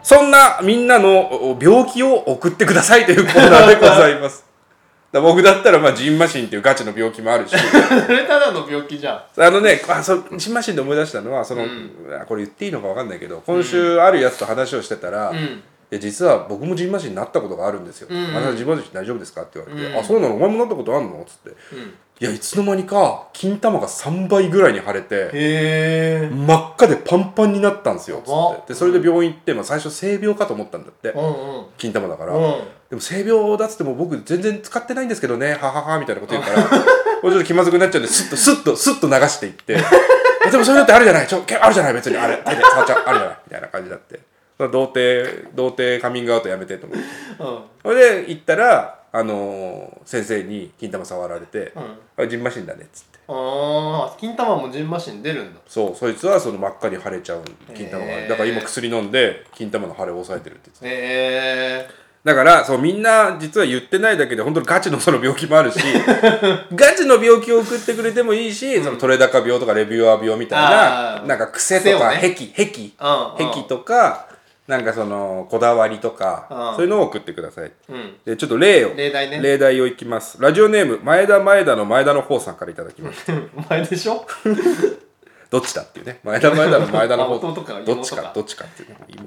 Speaker 1: そんなみんなのお病気を送ってくださいというコーナーでござい ます。だから僕だったらまあジンマシンっていうガチの病気もある し
Speaker 2: それただの病気じゃん
Speaker 1: あのねあそうジンマシンで思い出したのはその、
Speaker 2: うん
Speaker 1: あこれ言っていいのか分かんないけど今週あるやつと話をしてたら、
Speaker 2: う
Speaker 1: い
Speaker 2: ん
Speaker 1: や実は僕もジンマシンになったことがあるんですよ「
Speaker 2: うんうん
Speaker 1: あなたジンマシン大丈夫ですか?」って言われて「
Speaker 2: うん
Speaker 1: あそうなのお前もなったことあんの?」っつって
Speaker 2: うん
Speaker 1: いやいつの間にか金玉が3倍ぐらいに腫れて
Speaker 2: へえ
Speaker 1: 真っ赤でパンパンになったんですよ
Speaker 2: やば
Speaker 1: つってでそれで病院行って、まあ、最初性病かと思ったんだって
Speaker 2: うんうん
Speaker 1: 金玉だから、
Speaker 2: うん
Speaker 1: でも性病だっつっても僕全然使ってないんですけどねはははみたいなこと言うからもうちょっと気まずくなっちゃうんでスッとスッとスッと流していってえでもそういうのってあるじゃないちょけあるじゃない別にあれ手で触っちゃうあるじゃないみたいな感じだってまあ童貞童貞カミングアウトやめてと思って
Speaker 2: うん
Speaker 1: それで行ったら、あのー先生に金玉触られて
Speaker 2: う
Speaker 1: 「
Speaker 2: ん
Speaker 1: あジンマシンだね」っつって。
Speaker 2: ああ金玉もジンマシン出るんだ
Speaker 1: そうそいつはその真っ赤に腫れちゃう金玉が、
Speaker 2: へー
Speaker 1: だから今薬飲んで金玉の腫れを抑えてるって言ってた
Speaker 2: へえ
Speaker 1: だからそうみんな実は言ってないだけで本当にガチのその病気もあ るしガチの病気を送ってくれてもいいしその取れ高病とかレビュアー病みたい
Speaker 2: あ
Speaker 1: な
Speaker 2: ー
Speaker 1: なんか癖とか
Speaker 2: 癖を
Speaker 1: 癖癖
Speaker 2: うんうん
Speaker 1: 癖とかなんかそのこだわりと
Speaker 2: う
Speaker 1: か
Speaker 2: ん
Speaker 1: そういうのを送ってください
Speaker 2: うん
Speaker 1: でちょっと例を
Speaker 2: 例題ね
Speaker 1: 例題をいきますラジオネーム前田前田の前田の方さんからいただきました
Speaker 2: お前でしょ
Speaker 1: どっちだっていうね前田前田の前田の方
Speaker 2: あ弟か
Speaker 1: どっち
Speaker 2: 妹
Speaker 1: か
Speaker 2: か
Speaker 1: どっちかっていうね妹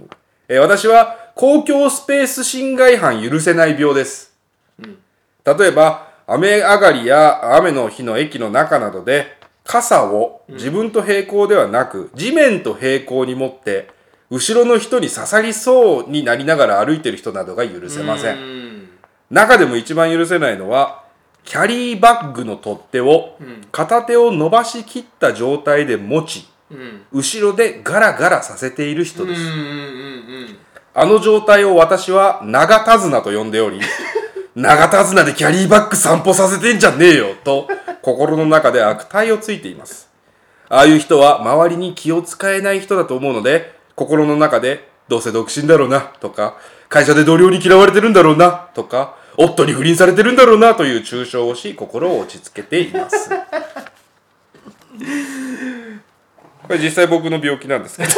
Speaker 1: えー私は公共スペース侵害犯許せない病です、例えば雨上がりや雨の日の駅の中などで傘を自分と平行ではなく、地面と平行に持って後ろの人に刺さりそうになりながら歩いてる人などが許せません
Speaker 2: うん
Speaker 1: 中でも一番許せないのはキャリーバッグの取っ手を
Speaker 2: うん
Speaker 1: 片手を伸ばしきった状態で持ち
Speaker 2: うん
Speaker 1: 後ろでガラガラさせている人
Speaker 2: うんう
Speaker 1: で
Speaker 2: ん
Speaker 1: す、
Speaker 2: うんうん
Speaker 1: あの状態を私は長手綱と呼んでおり長手綱でキャリーバッグ散歩させてんじゃねえよと心の中で悪態をついていますああいう人は周りに気を使えない人だと思うので心の中でどうせ独身だろうなとか会社で同僚に嫌われてるんだろうなとか夫に不倫されてるんだろうなという抽象をし心を落ち着けていますこれ実際僕の病気なんですけど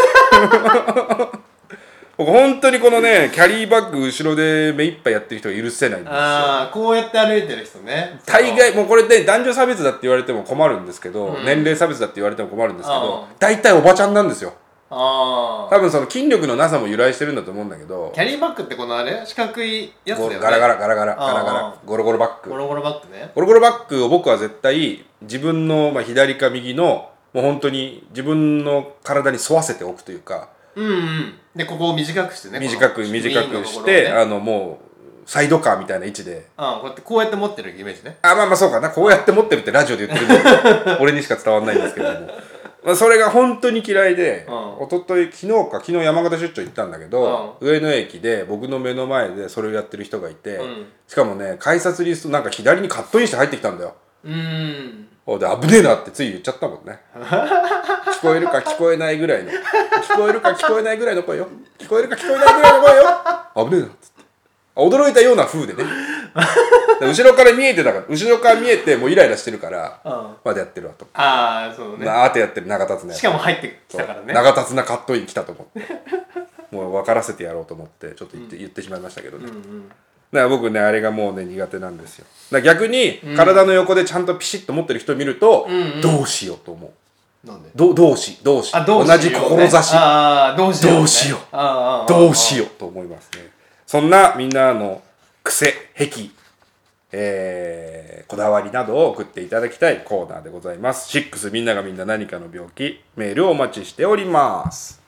Speaker 1: 僕本当にこのねキャリーバッグ後ろで目いっぱいやってる人が許せないんですよ
Speaker 2: ああこうやって歩いてる人ね
Speaker 1: 大概もうこれで男女差別だって言われても困るんですけど、
Speaker 2: うん
Speaker 1: 年齢差別だって言われても困るんですけど
Speaker 2: うん
Speaker 1: 大体おばちゃんなんですよ
Speaker 2: あ
Speaker 1: 多
Speaker 2: あ
Speaker 1: 分その筋力のなさも由来してるんだと思うんだけど
Speaker 2: キャリーバッグってこのあれ四角いやつだ
Speaker 1: ゴ
Speaker 2: よ
Speaker 1: ロ
Speaker 2: ね
Speaker 1: ガラガラガラガラガラガ
Speaker 2: うんうん
Speaker 1: ラゴロゴロバッグ
Speaker 2: ゴロゴロバッグね
Speaker 1: ゴロゴロバッグを僕は絶対自分の、まあ、左か右のもう本当に自分の体に沿わせておくというか
Speaker 2: うんうんでここを短くしてね
Speaker 1: 短く短くして、
Speaker 2: あ
Speaker 1: あのもうサイドカーみたいな位置で
Speaker 2: あこうやってこうやって持ってるイメージね
Speaker 1: あまあまあそうかなこうやって持ってるってラジオで言ってるんだ けど俺にしか伝わんないんですけども、まあ、それが本当に嫌いで、
Speaker 2: うん
Speaker 1: 一昨日昨日か昨日山形出張行ったんだけど、上野駅で僕の目の前でそれをやってる人がいて、
Speaker 2: うん
Speaker 1: しかもね改札リストなんか左にカットインして入ってきたんだよ
Speaker 2: うーん
Speaker 1: おで危ねえなってつい言っちゃったもんね聞こえるか聞こえないぐらいの聞こえるか聞こえないぐらいの声よ聞こえるか聞こえないぐらいの声よ危ねえなっつって驚いたような風でねで後ろから見えてたから後ろから見えてもうイライラしてるから
Speaker 2: あ
Speaker 1: まだやってるわと、
Speaker 2: あーそうね
Speaker 1: なあーってやってる長達ね
Speaker 2: しかも入ってきたからね
Speaker 1: 長達なカットイン来たと思ってもう分からせてやろうと思ってちょっと言って,、言ってしまいましたけどね、
Speaker 2: うんうん
Speaker 1: だから僕ねあれがもうね苦手なんですよだから逆に体の横でちゃんとピシッと持ってる人を見ると、
Speaker 2: んうん
Speaker 1: どうしようと思う
Speaker 2: なんで
Speaker 1: ど同志同志
Speaker 2: あどうしよ
Speaker 1: 同
Speaker 2: う
Speaker 1: じ
Speaker 2: ね
Speaker 1: 志
Speaker 2: ああどうしようね
Speaker 1: どうしよう
Speaker 2: ああああああ
Speaker 1: どうしようと思いますねそんなみんなの癖癖えーこだわりなどを送っていただきたいコーナーでございます。シックスみんながみんな何かの病気メールをお待ちしております。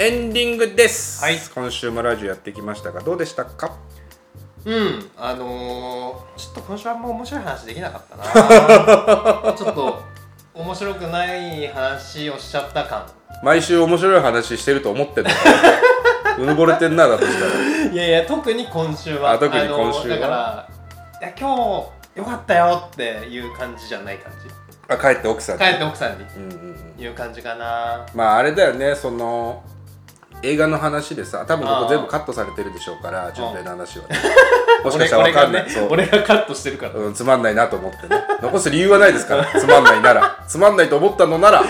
Speaker 1: エンディングです。
Speaker 2: はい
Speaker 1: 今週もラジオやってきましたがどうでしたか？
Speaker 2: うんあのー、ちょっと今週はあんま面白い話できなかったな ちょっと面白くない話をしちゃった感
Speaker 1: 毎週面白い話してると思ってんのかうぬぼれてんなだとしたら
Speaker 2: いやいや特に今週は
Speaker 1: あ特に今週は
Speaker 2: あのだからいや今日よかったよっていう感じじゃない感じ
Speaker 1: あ帰って奥さんに
Speaker 2: 帰って奥さんに
Speaker 1: うんうんうん
Speaker 2: 言う感じかな
Speaker 1: まああれだよねその映画の話でさ多分こ
Speaker 2: あ
Speaker 1: こ
Speaker 2: あ
Speaker 1: 全部カットされてるでしょうから純平の話は ねもしかしたら
Speaker 2: 俺
Speaker 1: 分かん
Speaker 2: 俺
Speaker 1: ない
Speaker 2: がね
Speaker 1: そう
Speaker 2: 俺がカットしてるから
Speaker 1: うん、つまんないなと思ってね残す理由はないですから つまんないならつまんないと思ったのなら
Speaker 2: ん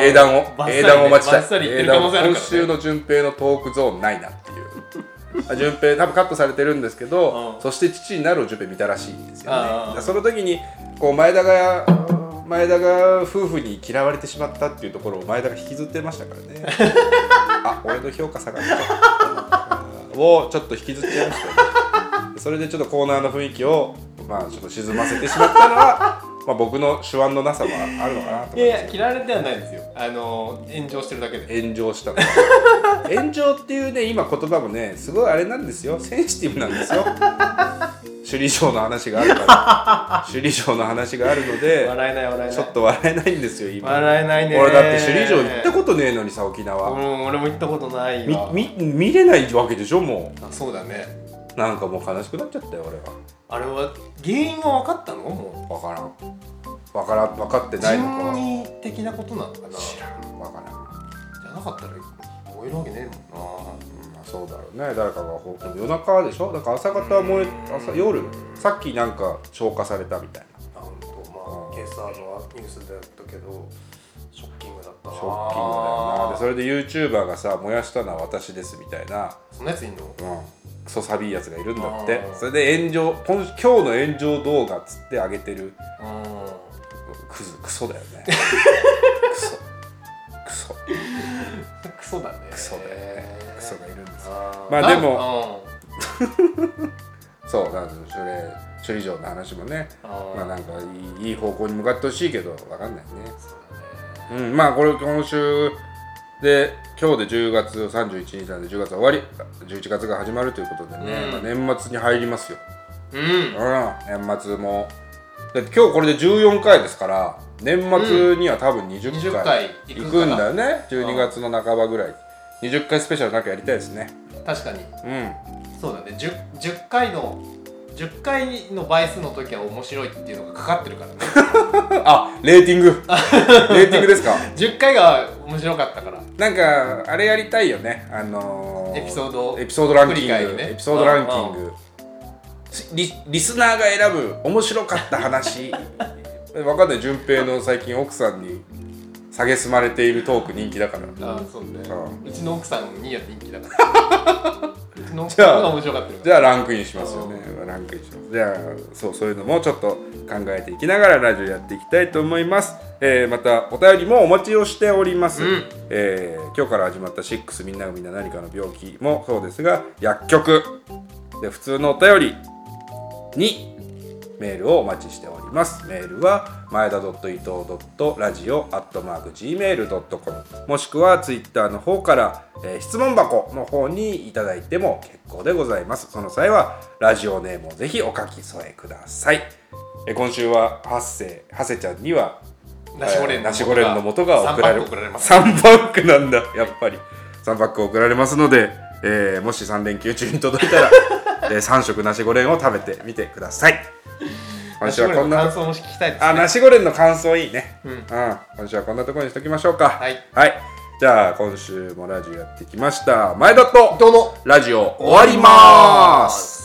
Speaker 1: 英断を
Speaker 2: バッサリ
Speaker 1: 英
Speaker 2: ね
Speaker 1: 断を待ちた
Speaker 2: バッサ
Speaker 1: い
Speaker 2: リ言
Speaker 1: 英
Speaker 2: ってる可
Speaker 1: 断を
Speaker 2: 能性ある
Speaker 1: 今
Speaker 2: からね
Speaker 1: 週の順平のトークゾーンないなって いうあ順平多分カットされてるんですけど、
Speaker 2: うん
Speaker 1: そして父になるを順平見たらしいんですよね
Speaker 2: ああああ
Speaker 1: だからその時にこう前田が前田が夫婦に嫌われてしまったっていうところを前田が引きずってましたからね あ俺の評価下がっちゃったをちょっと引きずっちゃいましたよねそれでちょっとコーナーの雰囲気を、まあ、ちょっと沈ませてしまったの はまあ僕の手腕のなさもあるのかなと
Speaker 2: い
Speaker 1: 思いま
Speaker 2: や
Speaker 1: す
Speaker 2: いや嫌われてはないですよあの炎上してるだけで
Speaker 1: 炎上したの炎上っていうね今言葉もねすごいあれなんですよセンシティブなん ですよ首里城の話があるから 首里城の話があるので
Speaker 2: 笑えない笑えない
Speaker 1: ちょっと笑えないんですよ今
Speaker 2: 笑えないね
Speaker 1: 俺だって首里城行ったことねえのにさ沖縄
Speaker 2: うん俺も行ったことない
Speaker 1: み
Speaker 2: わ
Speaker 1: み見れないわけでしょも
Speaker 2: あそうだね
Speaker 1: うなんかもう悲しくなっちゃったよ俺は
Speaker 2: あれは原因は分かったのも
Speaker 1: 分からん分からん分かって
Speaker 2: う
Speaker 1: ないのか
Speaker 2: 人為的なことなのかな
Speaker 1: 知らんわからん
Speaker 2: じゃなかったら燃えるわけねえもんな
Speaker 1: まあそうだろうね誰かがほ夜中でしょだから朝方は燃え朝夜さっきなんか消化されたみたいな
Speaker 2: あ本当まあ今朝のニュースだったけどショッキングだったな
Speaker 1: ショッキングだよなでそれで YouTuber がさ燃やしたのは私ですみたいな、
Speaker 2: そんなやついんの
Speaker 1: うん、クソサビいやつがいるんだって
Speaker 2: あー
Speaker 1: それで炎上今今日の炎上動画っつって上げてるクズクソだよ ねクソクソ
Speaker 2: うんクソだね
Speaker 1: クソだよねクソがいるんですよ
Speaker 2: あー
Speaker 1: まあでも
Speaker 2: なん
Speaker 1: そうなんですそれ処理場の話もね
Speaker 2: うんあー
Speaker 1: まあなんかいいいい方向に向かってほしいけどわかんないね
Speaker 2: そうだね
Speaker 1: うん、まあこれ今週で今日で10月31日なんで10月は終わり11月が始まるということでね、まあ年末に入りますよ、
Speaker 2: うん
Speaker 1: うん、年末もだって今日これで14回ですから年末には多分20
Speaker 2: 20
Speaker 1: 回
Speaker 2: 回
Speaker 1: 行
Speaker 2: 行
Speaker 1: く
Speaker 2: く
Speaker 1: ん
Speaker 2: ん
Speaker 1: だ
Speaker 2: だ
Speaker 1: よね12月の半ばぐらい20回スペシャルなんかやりたいですね
Speaker 2: 確かに
Speaker 1: うん
Speaker 2: そうだね 10, 10回の10回の倍数の時は面白いっていうのがかかってるからね
Speaker 1: あレーティングレーティングですか
Speaker 2: 10回が面白かったから
Speaker 1: なんかあれやりたいよねあのー
Speaker 2: エピソード
Speaker 1: エピソードランキン
Speaker 2: 振り
Speaker 1: グ、
Speaker 2: 返りね
Speaker 1: エピソードランキングリリスナーが選ぶ面白かった話 わかんない順平の最近奥さんに蔑まれているトーク人気だから
Speaker 2: あーそうね
Speaker 1: う
Speaker 2: うちの奥さんには人気だからうちの奥さんが面白かった
Speaker 1: じゃあランクインしますよねランクインしますじゃあそうそういうのもちょっと考えていきながらラジオやっていきたいと思います、えーまたお便りもお待ちをしております、
Speaker 2: うん
Speaker 1: えー今日から始まった「6みんながみんな何かの病気」もそうですが薬局で普通のお便りにメールをお待ちしておりますメールは前田伊藤ラジオ Gmail.com もしくはツイッターの方から、えー質問箱の方にいただいても結構でございますその際はラジオネームをぜひお書き添えください、えー今週はハッセハセちゃんには
Speaker 2: ナシゴレンの元が
Speaker 1: ナシゴレンの元が送られ
Speaker 2: 三パック送られます
Speaker 1: 3パックなんだやっぱり3パック送られますので、えーもし3連休中に届い たら、え3食ナシゴレンを食べてみてください今週はこんな
Speaker 2: ナシゴレンの感想も聞きたいです
Speaker 1: あナシゴレンの感想いいね
Speaker 2: うん
Speaker 1: 今週はこんなところにしときましょうか
Speaker 2: はい
Speaker 1: じゃあ今週もラジオやってきました前田と
Speaker 2: どうも
Speaker 1: ラジオ終わります